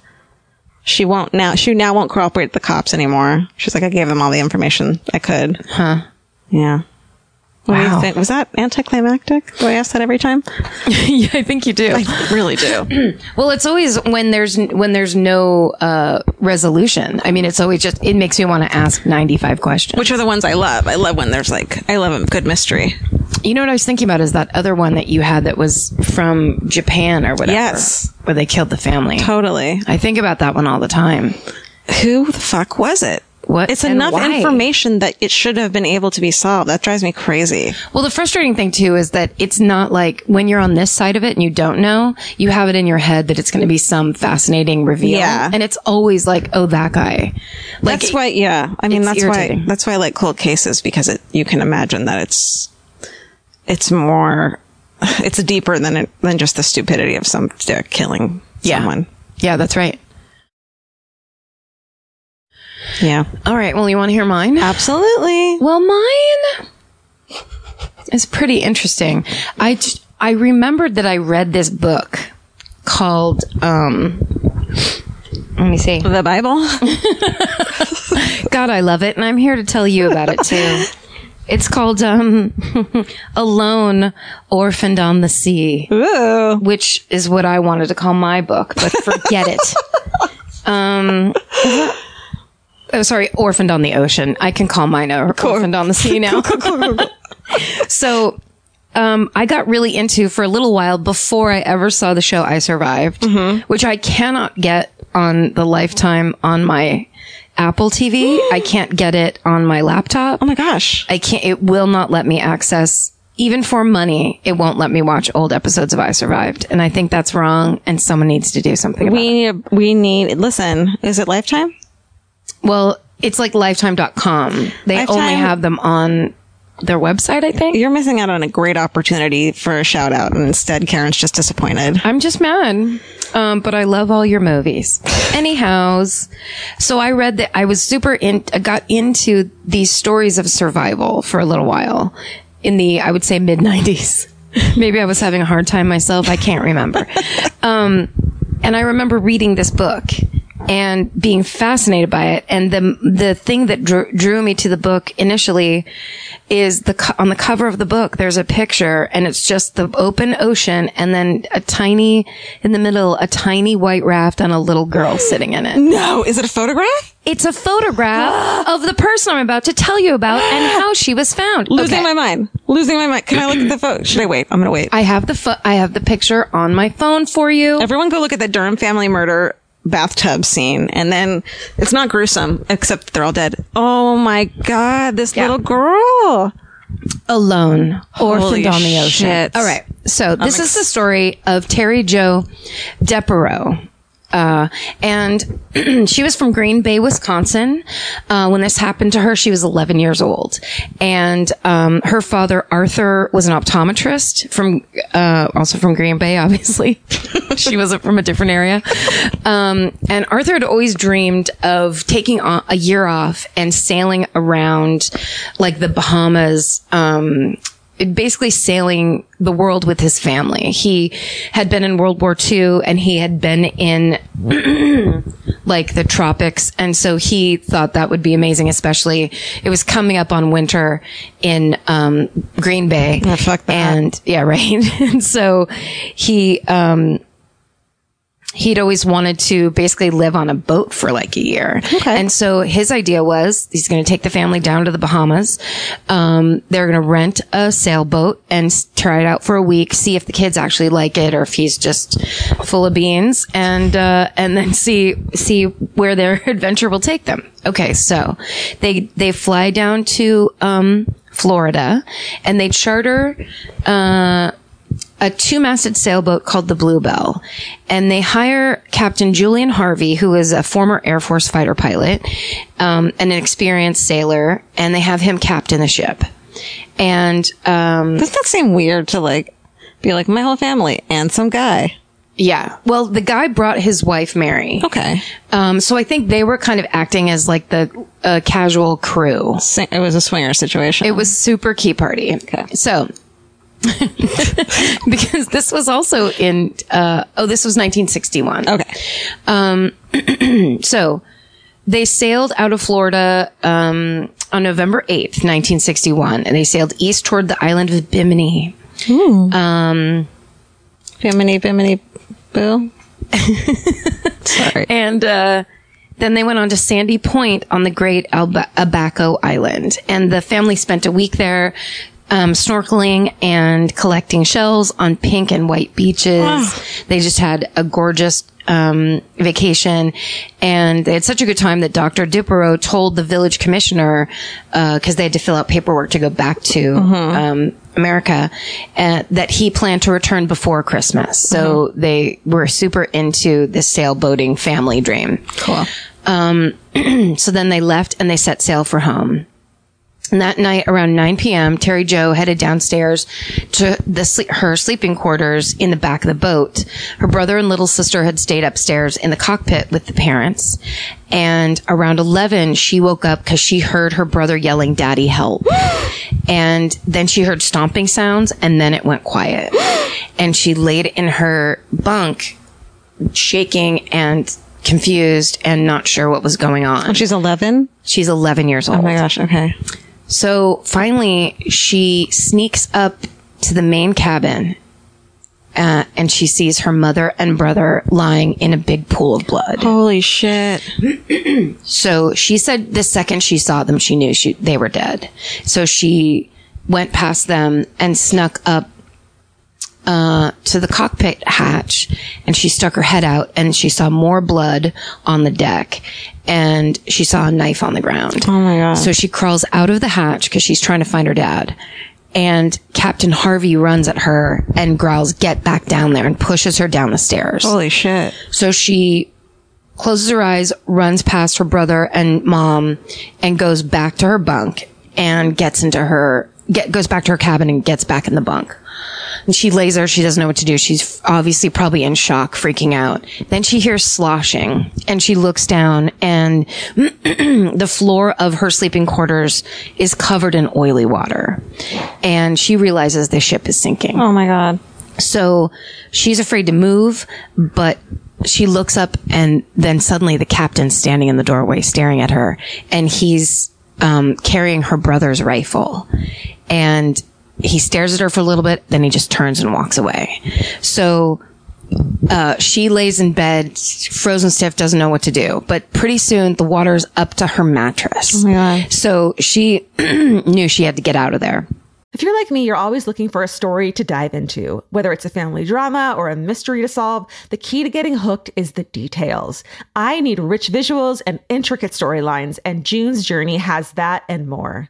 She won't now, she now won't cooperate with the cops anymore. She's like, I gave them all the information I could. Huh. Yeah. What do
Wow.
you think? Was that anticlimactic? Do I ask that every time?
yeah, I think you do.
I really do.
Well, it's always when there's when there's no uh, resolution. I mean, it's always just it makes me want to ask ninety five questions.
which are the ones I love. I love when there's like I love a good mystery.
You know what I was thinking about is that other one that you had that was from Japan or whatever.
Yes.
Where they killed the family.
Totally.
I think about that one all the time.
Who the fuck was it?
What
It's
and
enough
why?
information that it should have been able to be solved. That drives me crazy.
Well, the frustrating thing too is that it's not like when you're on this side of it and you don't know, you have it in your head that it's going to be some fascinating reveal.
Yeah.
And it's always like, oh, that guy. Like,
That's why, yeah. I mean,
it's
that's why.
irritating.
That's why I like cold cases because it you can imagine that it's it's more it's deeper than it, than just the stupidity of some they're killing
Yeah.
someone.
Yeah, that's right.
Yeah,
All right. Well, you want to hear mine?
Uh, absolutely.
Well, mine is pretty interesting. I j- I remembered that I read this book called um let me see.
The Bible. Oh
God, I love it and I'm here to tell you about it too. It's called um Alone Orphaned on the Sea,
Ooh,
which is what I wanted to call my book, but forget it. Um is that- Oh, sorry, Orphaned on the Ocean. I can call mine or- Orphaned on the Sea now. so um, I got really into for a little while before I ever saw the show I Survived, which I cannot get on the Lifetime on my Apple TV. I can't get it on my laptop.
oh my gosh.
I can't, it will not let me access, even for money, it won't let me watch old episodes of I Survived. And I think that's wrong and someone needs to do something about
We
it.
need. a- We need. Listen, is it Lifetime?
Well, it's like lifetime.com. They only
Lifetime-
have them on their website, I think.
You're missing out on a great opportunity for a shout out, and instead, Karen's just disappointed.
I'm just mad. Um, but I love all your movies. Anyhows, so I read that I was super in, I got into these stories of survival for a little while in the, I would say mid nineties. Maybe I was having a hard time myself. I can't remember. um, and I remember reading this book and being fascinated by it. And the the thing that drew, drew me to the book initially is the co- on the cover of the book. There's a picture, and it's just the open ocean, and then a tiny in the middle, a tiny white raft and a little girl sitting in it.
No, is it a photograph?
It's a photograph of the person I'm about to tell you about and how she was found.
Losing
Okay.
my mind. Losing my mind. Can I look at the photo? Should I wait? I'm gonna wait.
I have the fo- I have the picture on my phone for you.
Everyone, go look at the Durham family murder bathtub scene, and then it's not gruesome except that they're all dead. Oh my god, this little girl.
alone, orphaned
Holy
on the ocean.
shit.
All right. So this is the story of Terry Jo Depereau. Uh, and she was from Green Bay, Wisconsin. Uh, when this happened to her, she was 11 years old. And, um, her father, Arthur, was an optometrist from, uh, also from Green Bay, obviously. she wasn't from a different area. Um, and Arthur had always dreamed of taking on a year off and sailing around like the Bahamas, um, basically sailing the world with his family. He had been in World War II and he had been in like the tropics. And so he thought that would be amazing, especially it was coming up on winter in, um, Green Bay.
Yeah, fuck that.
And yeah, right. and so he, um, he'd always wanted to basically live on a boat for like a year. Okay. And so his idea was he's going to take the family down to the Bahamas. Um, they're going to rent a sailboat and s- try it out for a week, see if the kids actually like it or if he's just full of beans and, uh, and then see, see where their adventure will take them. Okay. So they, they fly down to, um, Florida and they charter, uh, a two-masted sailboat called the Bluebell, and they hire Captain Julian Harvey, who is a former Air Force fighter pilot um, and an experienced sailor, and they have him captain the ship. And um,
Doesn't that seem weird to like be like my whole family and some guy?
Yeah. Well, the guy brought his wife Mary.
Okay.
Um, so I think they were kind of acting as like the uh, casual crew.
Sing- It was a swinger situation.
It was super key party.
Okay.
So, because this was also in, uh, oh, this was 1961.
okay.
So they sailed out of Florida, um, on November 8th, 1961, and they sailed east toward the island of Bimini.
Bimini, bimini, boo. Sorry.
And uh, then they went on to Sandy Point on the Great Alba- Abaco Island, and the family spent a week there. Um, snorkeling and collecting shells on pink and white beaches. They just had a gorgeous um, vacation, and they had such a good time that Dr. Dipero told the village commissioner because they had to fill out paperwork to go back to um, America uh, that he planned to return before Christmas. So they were super into the sailboating family dream. Cool. Um, so then they left and they set sail for home. And that night around 9 p.m., Terry Joe headed downstairs to the sle- her sleeping quarters in the back of the boat. Her brother and little sister had stayed upstairs in the cockpit with the parents. And around 11, she woke up because she heard her brother yelling, Daddy, help. and then she heard stomping sounds and then it went quiet. and she laid in her bunk, shaking and confused and not sure what was going on.
She's 11?
She's 11 years old.
Oh my gosh, okay.
So finally, she sneaks up to the main cabin. Uh, and she sees her mother and brother lying in a big pool of blood.
Holy shit.
So she said the second she saw them, she knew she, they were dead. So she went past them and snuck up uh, to the cockpit hatch and she stuck her head out and she saw more blood on the deck and she saw a knife on the ground. Oh my God. So she crawls out of the hatch because she's trying to find her dad. And Captain Harvey runs at her and growls, get back down there and pushes her down the stairs.
Holy shit.
So she closes her eyes, runs past her brother and mom, and goes back to her bunk and gets into her get goes back to her cabin and gets back in the bunk. And she lays there. She doesn't know what to do. She's f- obviously probably in shock, freaking out. Then she hears sloshing and she looks down and the floor of her sleeping quarters is covered in oily water. And she realizes the ship is sinking.
Oh my god.
So she's afraid to move, but she looks up and then suddenly the captain's standing in the doorway staring at her and he's um, carrying her brother's rifle. And he stares at her for a little bit, then he just turns and walks away. So uh, she lays in bed, frozen stiff, doesn't know what to do. But pretty soon the water's up to her mattress. So she knew she had to get out of there.
If you're like me, you're always looking for a story to dive into. Whether it's a family drama or a mystery to solve, the key to getting hooked is the details. I need rich visuals and intricate storylines, and June's Journey has that and more.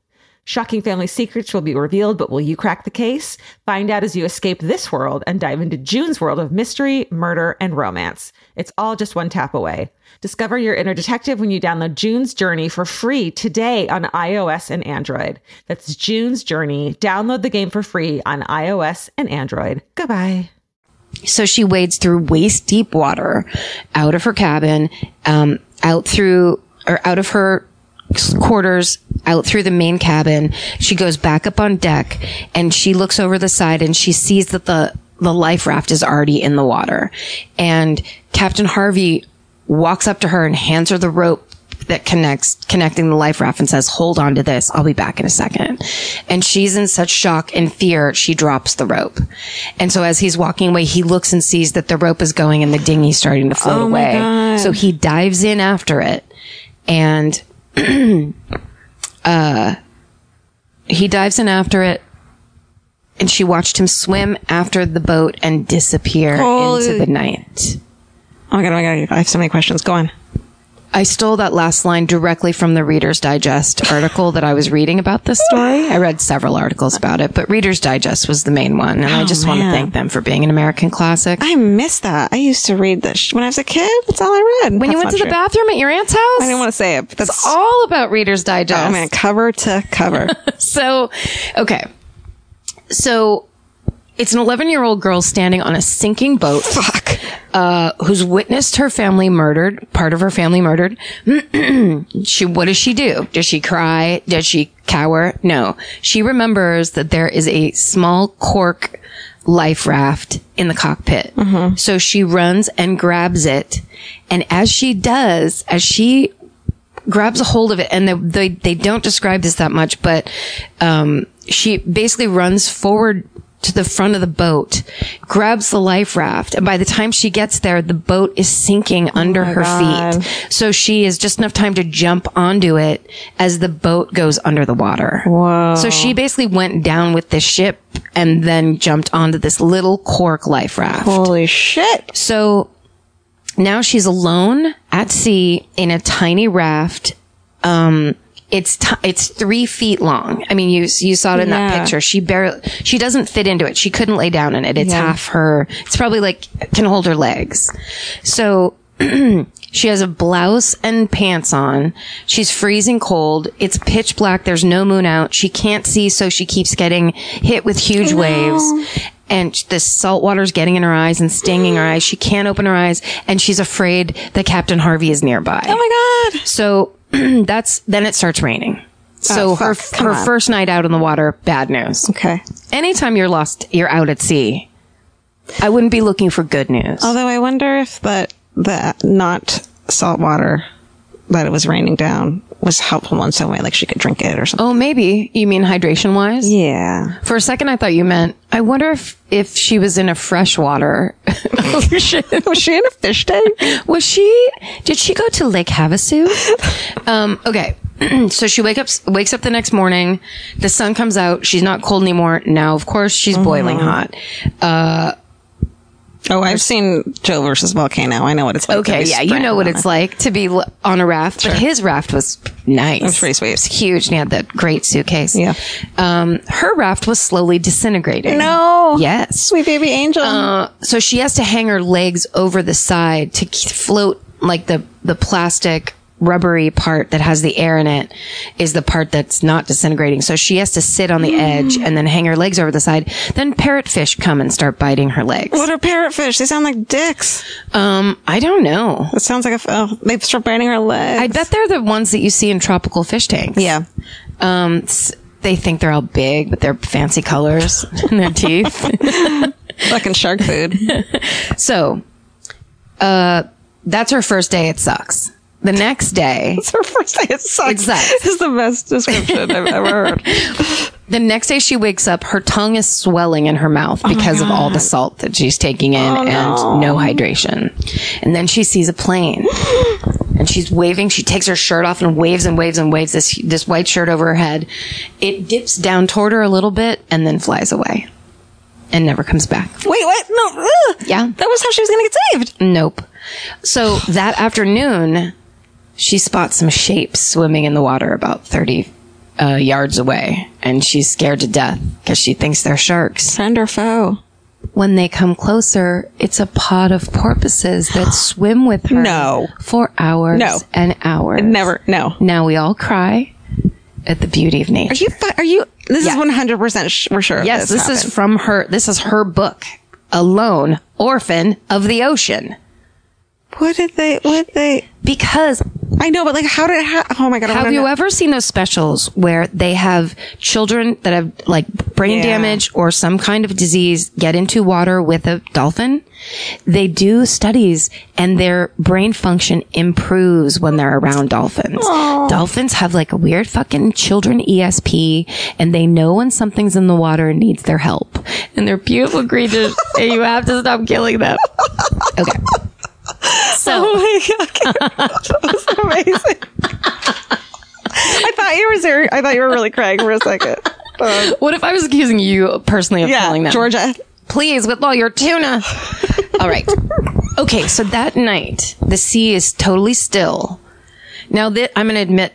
Shocking family secrets will be revealed, but will you crack the case? Find out as you escape this world and dive into June's world of mystery, murder, and romance. It's all just one tap away. Discover your inner detective when you download June's Journey for free today on iOS and Android. That's June's Journey. Download the game for free on iOS and Android. Goodbye.
So she wades through waist deep water out of her cabin, um, out through or out of her quarters, out through the main cabin. She goes back up on deck and she looks over the side and she sees that the, the life raft is already in the water. And Captain Harvey walks up to her and hands her the rope that connects connecting the life raft and says hold on to this i'll be back in a second and she's in such shock and fear she drops the rope and so as he's walking away he looks and sees that the rope is going and the dinghy's starting to float away so he dives in after it and uh, He dives in after it. And she watched him swim after the boat and disappear into
Holy-
the night.
Oh my god, oh my god, I have so many questions. Go on.
I stole that last line directly from the Reader's Digest article that I was reading about this story. I read several articles about it, but Reader's Digest was the main one. And I just want to
Oh, man.
thank them for being an American classic.
I missed that. I used to read this sh- when I was a kid. That's all I read.
when you went to the bathroom at your aunt's house,
I didn't want to say it. But that's
it's all about Reader's Digest.
Oh man, cover to cover.
So, okay. So it's an 11 year old girl standing on a sinking boat. Fuck. Uh, who's witnessed her family murdered, part of her family murdered. she, what does she do? Does she cry? Does she cower? No. She remembers that there is a small cork life raft in the cockpit. So she runs and grabs it. And as she does, as she grabs a hold of it and they, they, they don't describe this that much, but, um, she basically runs forward to the front of the boat, grabs the life raft. And by the time she gets there, the boat is sinking under her feet. So she is just enough time to jump onto it as the boat goes under the water. Whoa. So she basically went down with the ship and then jumped onto this little cork life raft.
Holy shit.
So now she's alone at sea in a tiny raft. Um, it's ti it's three feet long. I mean, you you saw it in that
Yeah.
picture. She barely she doesn't fit into it. She couldn't lay down in it. It's half her. It's probably like can hold her legs. So she has a blouse and pants on. She's freezing cold. It's pitch black. There's no moon out. She can't see, so she keeps getting hit with huge waves. And sh- the salt water's getting in her eyes and stinging her eyes. She can't open her eyes, and she's afraid that Captain Harvey is nearby.
Oh my god. Oh,
So that's then it starts raining. So her
fuck. Come
her
on.
first night out in the water, bad news.
Okay.
Anytime you're lost, you're out at sea. I wouldn't be looking for good news.
Although I wonder if that the not salt water that it was raining down was helpful in some way, like she could drink it or something.
oh, maybe you mean hydration wise?
Yeah.
For a second, I thought you meant. I wonder if if she was in a freshwater ocean.
Was she in a fish tank?
was she? Did she go to Lake Havasu? Um, okay. so she wake up, wakes up the next morning. The sun comes out. She's not cold anymore. Now, of course, she's
Mm-hmm.
boiling hot.
Oh, I've seen Joe versus Volcano. I know what it's like. to
Okay,
be
yeah, you
stranded
know what
on
it's
a-
like to be l- on a raft, but his raft was nice. It was
pretty sweet.
It's huge, and he had that great suitcase.
Yeah.
Um, her raft was slowly disintegrating.
No.
Yes.
Sweet baby angel.
so she has to hang her legs over the side to k- float like the the plastic rubbery part that has the air in it is the part that's not disintegrating so she has to sit on the
Mm.
edge and then hang her legs over the side then parrotfish come and start biting her legs
what are parrotfish? They sound like dicks.
um i don't know
It sounds like a. f- Oh, they start biting her legs.
i bet they're the ones that you see in tropical fish tanks
Yeah.
um s- they think they're all big with their fancy colors and their teeth
Fucking shark food.
so uh that's her first day it sucks the next day
It's her first day. It sucks.
It sucks.
It's the best description I've ever heard.
The next day she wakes up, her tongue is swelling in her mouth because of all the salt that she's taking in and no. hydration. And then she sees a plane. And she's waving. She takes her shirt off and waves and waves and waves this this white shirt over her head. It dips down toward her a little bit and then flies away, and never comes back.
Wait, what? No. ugh.
Yeah.
That was how she was going to get saved.
Nope. So that afternoon, she spots some shapes swimming in the water about 30 uh, yards away, and she's scared to death because she thinks they're sharks.
Friend or foe?
When they come closer, it's a pod of porpoises that swim with her
No.
for hours
No.
and hours.
Never. No.
Now we all cry at the beauty of nature.
Are you? fu- Are you? This
Yeah.
is one hundred percent. We're sure. of
yes, this,
happened.
is from her. This is her book, Alone, Orphan of the Ocean.
What did they? What they?
Because
I know, but like, how did? How, oh my god! I
Have
wanna
you e-,
know.
ever seen those specials where they have children that have like brain
Yeah.
damage or some kind of disease get into water with a dolphin? They do studies and their brain function improves when they're around dolphins. Dolphins have like a weird fucking children ESP and they know when something's in the water and needs their help. And they're beautiful creatures and you have to stop killing them. Okay. So.
Oh my god! That's amazing. I thought you were. Serious. I thought you were really crying for a second. Um,
What if I was accusing you personally of killing them?
Georgia.
please with all your tuna. all right. Okay, so that night the sea is totally still. Now that I'm going to admit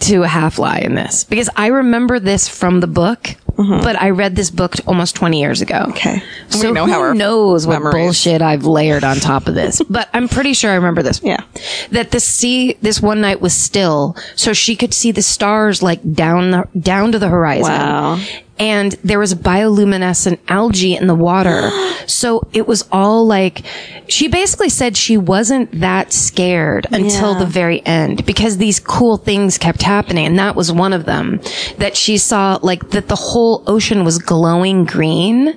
to a half lie in this because I remember this from the book, but I read this book almost 20 years ago.
Mm-hmm. Okay.
So
know
who
how our
knows what
memories-
bullshit I've layered on top of this, but I'm pretty sure I remember this.
Yeah.
That the sea this one night was still, so she could see the stars like down the, down to the horizon
Wow.
and there was bioluminescent algae in the water. so it was all like, she basically said she wasn't that scared until the very end because these cool things kept happening. And that was one of them that she saw like that the whole ocean was glowing green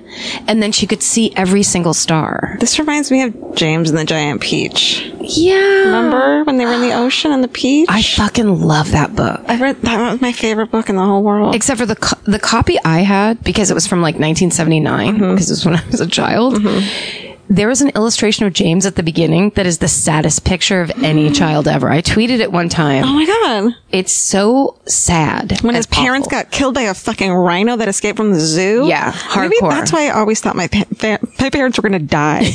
and then she could see every single star.
This reminds me of James and the Giant Peach.
Yeah.
Remember when they were in the ocean and the peach?
I fucking love that book.
I read that was my favorite book in the whole world.
except for the co- the copy I had because it was from like 1979
Mm-hmm.
because it was when I was a child. There was an illustration of James at the beginning that is the saddest picture of any child ever. I tweeted it one time.
Mm. oh my god!
It's so sad.
When
and
his parents
awful.
got killed by a fucking rhino that escaped from the zoo.
Yeah,
Maybe
hardcore.
that's why I always thought my pa- fa- my parents were gonna die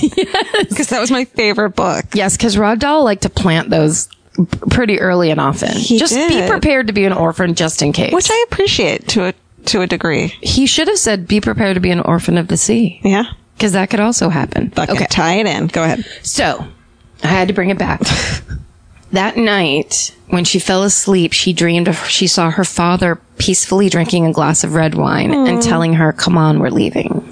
because that was my favorite book.
yes, because Rod Dahl liked to plant those p- pretty early and often. just be
did.
prepared to be an orphan just in case.
which I appreciate to a to a degree.
he should have said, "Be prepared to be an orphan of the sea,"
Yeah,
because that could also happen.
fucking tie it in. Go ahead.
So I had to bring it back. that night, when she fell asleep, she dreamed of, she saw her father peacefully drinking a glass of red wine and telling her, come on, we're leaving.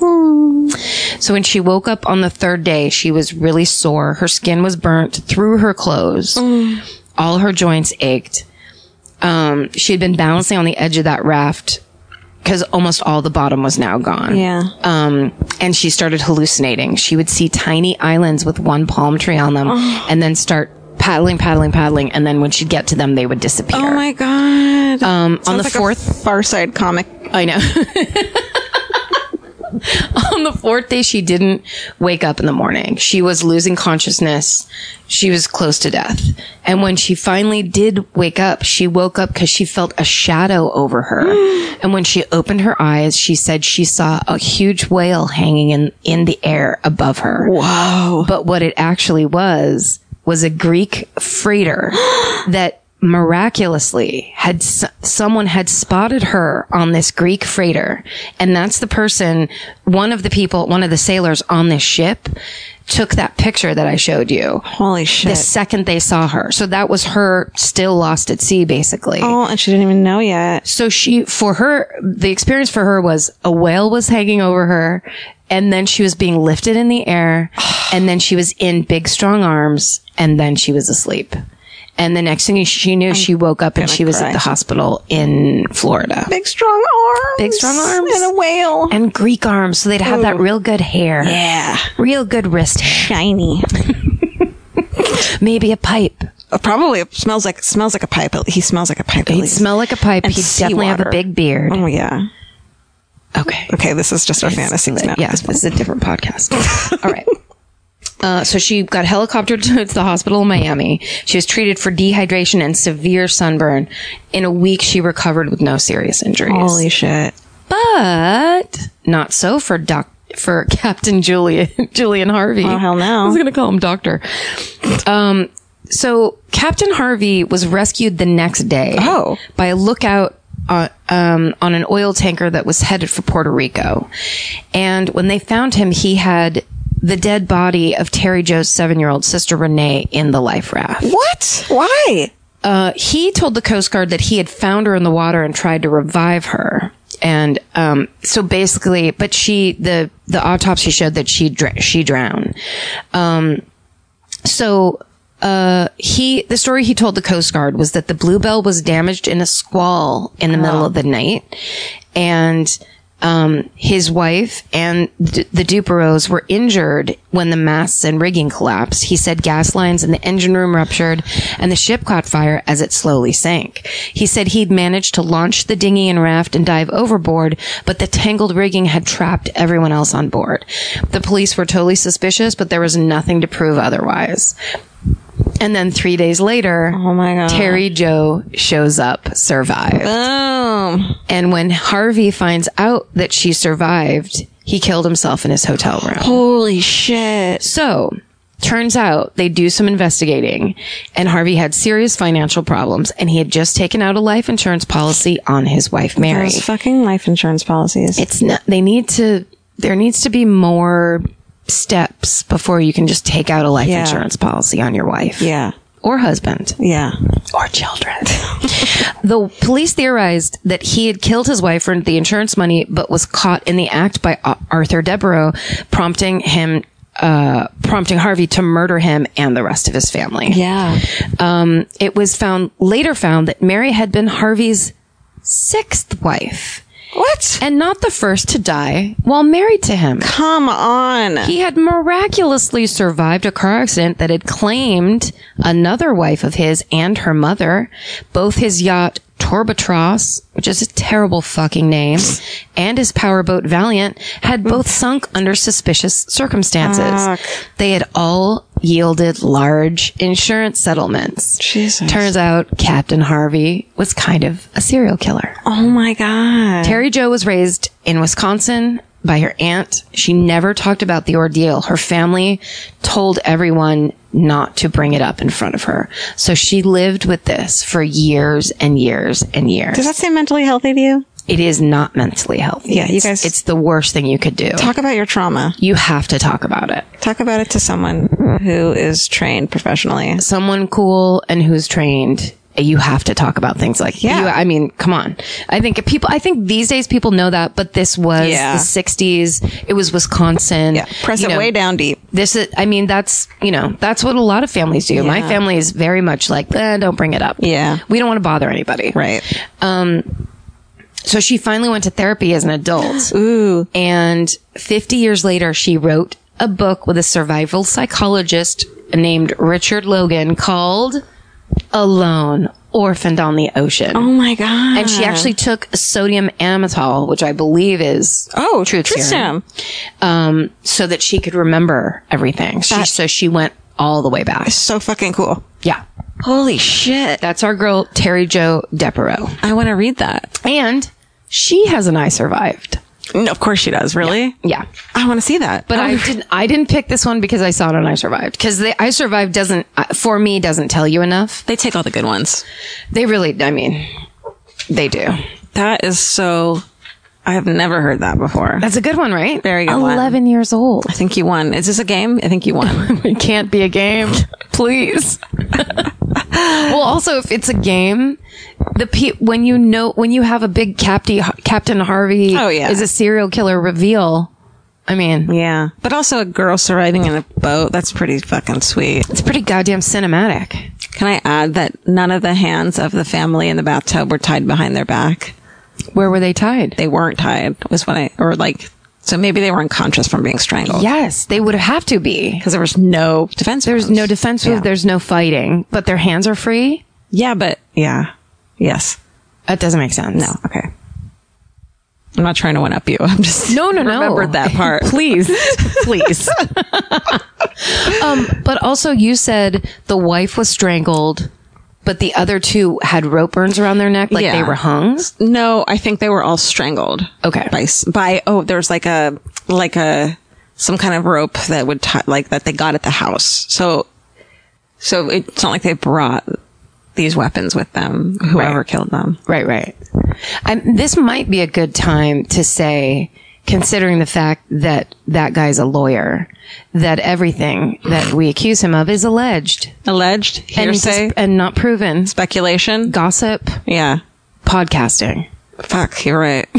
So when she woke up on the third day, she was really sore. Her skin was burnt through her clothes. All her joints ached. Um, she had been balancing on the edge of that raft because almost all the bottom was now gone.
Yeah.
Um, and she started hallucinating. She would see tiny islands with one palm tree on them
Oh.
and then start paddling, paddling, paddling. And then when she'd get to them, they would disappear.
Oh my god! Um,
on the fourth
Far Side comic.
I know. On the fourth day, she didn't wake up in the morning. She was losing consciousness. She was close to death. And when she finally did wake up, she woke up because she felt a shadow over her. and when she opened her eyes, she said she saw a huge whale hanging in, in the air above her.
Wow!
But what it actually was was a Greek freighter that miraculously had s- someone had spotted her on this Greek freighter. And that's the person, one of the people, one of the sailors on this ship took that picture that I showed you
Holy shit!
the second they saw her. So that was her still lost at sea, basically.
oh, and she didn't even know yet.
So she, for her, the experience for her was a whale was hanging over her and then she was being lifted in the air and then she was in big strong arms and then she was asleep. And the next thing she knew, she woke up and she was at the hospital in Florida.
Big strong arms.
Big strong arms.
and a whale.
And Greek arms. So they'd have that real good hair.
yeah,
Real good wrist hair.
shiny.
Maybe a pipe.
Uh, Probably smells like smells like a pipe. He smells like a pipe. at
He'd
least.
smell like a pipe.
And
He'd definitely have a
seawater.
big beard.
Oh yeah.
Okay.
Okay, this is just our fantasies now.
Yes, this is a different podcast. All right. Uh, so she got helicoptered to the hospital in Miami. She was treated for dehydration and severe sunburn. In a week, she recovered with no serious injuries.
Holy shit!
but not so for doc for Captain Julian Julian Harvey.
Oh, hell no.
I was gonna call him Doctor. Um, so Captain Harvey was rescued the next day.
Oh.
by a lookout. On, um, on an oil tanker that was headed for Puerto Rico. And when they found him, he had the dead body of Terry Joe's seven year old sister Renee in the life raft.
What? Why?
Uh, he told the Coast Guard that he had found her in the water and tried to revive her. And um, so basically, but she the the autopsy showed that she dr- she drowned. Um, so uh, he the story he told the Coast Guard was that the Bluebell was damaged in a squall in the middle of the night, and um, his wife and d- the Duperos were injured when the masts and rigging collapsed. He said gas lines in the engine room ruptured and the ship caught fire as it slowly sank. He said he'd managed to launch the dinghy and raft and dive overboard, but the tangled rigging had trapped everyone else on board. The police were totally suspicious, but there was nothing to prove otherwise. And then three days later,
Oh my god!
Terry Joe shows up, survives.
Boom. Boom.
And when Harvey finds out that she survived, he killed himself in his hotel room.
Holy shit.
So, turns out they do some investigating, and Harvey had serious financial problems, and he had just taken out a life insurance policy on his wife, Mary.
Those fucking life insurance policies.
It's not, they need to, there needs to be more steps before you can just take out a life
Yeah.
insurance policy on your wife
yeah.
or husband.
Yeah.
or children. the police theorized that he had killed his wife for the insurance money, but was caught in the act by Ar- Arthur Devereaux, prompting him, uh, prompting Harvey to murder him and the rest of his family.
Yeah.
Um, it was found later found that Mary had been Harvey's sixth wife
What?
and not the first to die while married to him.
Come on.
He had miraculously survived a car accident that had claimed another wife of his and her mother, both his yacht Torbatros, which is a terrible fucking name, and his powerboat Valiant had both sunk under suspicious circumstances. They had all yielded large insurance settlements.
Jesus.
Turns out Captain Harvey was kind of a serial killer.
oh my god.
Terry Joe was raised in Wisconsin by her aunt. She never talked about the ordeal. Her family told everyone not to bring it up in front of her. So she lived with this for years and years and years.
Does that seem mentally healthy to you?
it is not mentally healthy.
Yeah, you
It's-
guys-
It's the worst thing you could do.
Talk about your trauma.
you have to talk about it.
Talk about it to someone who is trained professionally.
someone cool and who's trained you have to talk about things like
Yeah.
you- I mean, come on. I think people. I think these days people know that, but this was
Yeah.
the '60s. It was Wisconsin.
Yeah. Press
You
it
know,
way down deep.
This is. I mean, that's you know that's what a lot of families do. My
Yeah.
family is very much like, eh, don't bring it up.
Yeah.
we don't want to bother anybody. Um,
Right.
So she finally went to therapy as an adult. Ooh. And 50 years later, she wrote a book with a survival psychologist named Richard Logan called Alone, Orphaned on the Ocean.
Oh my god.
And she actually took sodium amytal, which I believe is
Oh,
truth
truth serum.
um, so that she could remember everything. She, so she went all the way back.
so fucking cool.
Yeah,
Holy shit.
that's our girl Terry Jo Depereau,
I want to read that.
and she has an I survived.
No, Mm, of course she does. Really?
Yeah,
I want to see that. Oh.
But I didn't. I didn't pick this one because I saw it on I Survived. Because the I Survived doesn't, uh, for me, doesn't tell you enough.
they take all the good ones.
They really. I mean, they do.
That is so. I have never heard that before.
That's a good one, right?
Very good one.
Eleven years old.
I think you won. Is this a game? I think you won.
It can't be a game, please. well, also, if it's a game, the pe- when you know when you have a big Captain Captain Harvey
Oh, yeah.
is a serial killer reveal. I mean,
yeah. But also a girl surviving in a boat. That's pretty fucking sweet.
it's pretty goddamn cinematic.
Can I add that none of the hands of the family in the bathtub were tied behind their back?
Where were they tied?
They weren't tied, was what I, or like, so maybe they were unconscious from being strangled.
yes, they would have to be.
Because there was no defense.
There's no defense move.
Yeah.
There's no fighting, but their hands are free.
Yeah, but yeah. Yes.
That doesn't make sense.
No. Okay. I'm not trying to one up you. I'm just
No, no, no.
Remembered that part.
Please, please. um, but also, you said the wife was strangled, but the other two had rope burns around their neck, like
Yeah.
they were hung.
No, I think they were all strangled.
Okay.
By s- by oh, there was like a like a some kind of rope that would tie like that they got at the house. So so it's not like they brought these weapons with them. Whoever killed them.
Right, right. Um, this might be a good time to say, considering the fact that that guy's a lawyer, that everything that we accuse him of is alleged
Alleged
and,
hearsay,
and not proven.
speculation.
Gossip,
Yeah.
podcasting.
Fuck. You're right.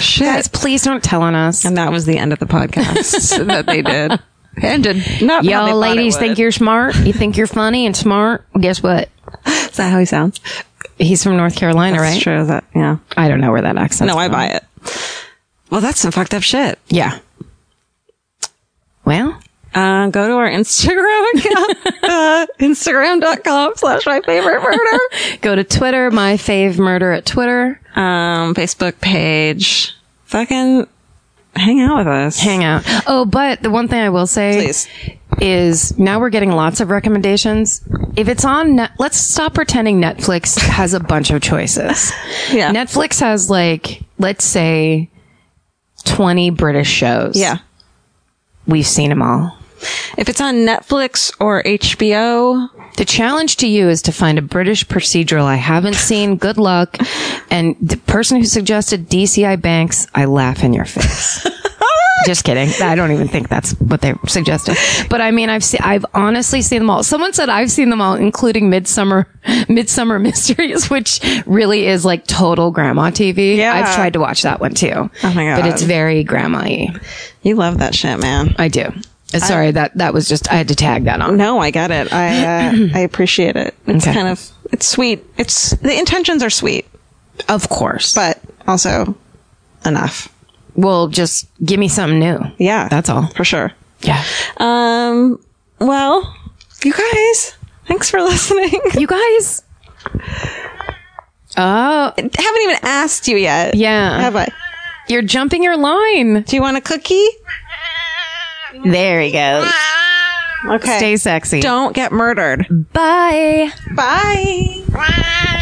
Shit.
Guys, please don't tell on us.
and that was the end of the podcast that they did. Ended. Not how they
Y'all
thought it
ladies
would.
think you're smart. You think you're funny and smart. Guess what?
Is that how he sounds?
He's from North Carolina, right?
Sure. That yeah.
I don't know where that accent.
No, I buy it. Well, that's some fucked up shit.
Yeah. Well,
Uh, go to our Instagram account, uh, instagram.com slash my favorite murder.
go to Twitter. My fave murder at Twitter.
Um, Facebook page. Fucking hang out with us.
hang out. Oh, but the one thing I will say
Please.
is now we're getting lots of recommendations. If it's on, Net- let's stop pretending Netflix has a bunch of choices.
Yeah.
Netflix has like, let's say, 20 British shows.
yeah.
We've seen them all.
If it's on Netflix or HBO,
The challenge to you is to find a British procedural I haven't seen. Good luck. And the person who suggested DCI Banks, I laugh in your face. Just kidding. I don't even think that's what they suggested. But I mean, I've seen, I've honestly seen them all. Someone said I've seen them all, including Midsummer, Midsummer Mysteries, which really is like total grandma TV.
Yeah.
I've tried to watch that one too. Oh
my God.
But it's very grandma-y.
you love that shit, man.
I do. Uh, Sorry, that, that was just, I had to tag that on.
No, I get it. I uh, I appreciate it. It's
Okay.
kind of it's sweet. It's the intentions are sweet,
Of course.
but also enough.
Well, just give me something new.
Yeah,
That's all.
for sure.
Yeah.
Um. Well, you guys, thanks for listening.
You guys. Oh,
I haven't even asked you yet.
Yeah.
Have I?
you're jumping your line.
Do you want a cookie?
There he goes.
Okay.
Stay sexy.
Don't get murdered.
Bye.
Bye.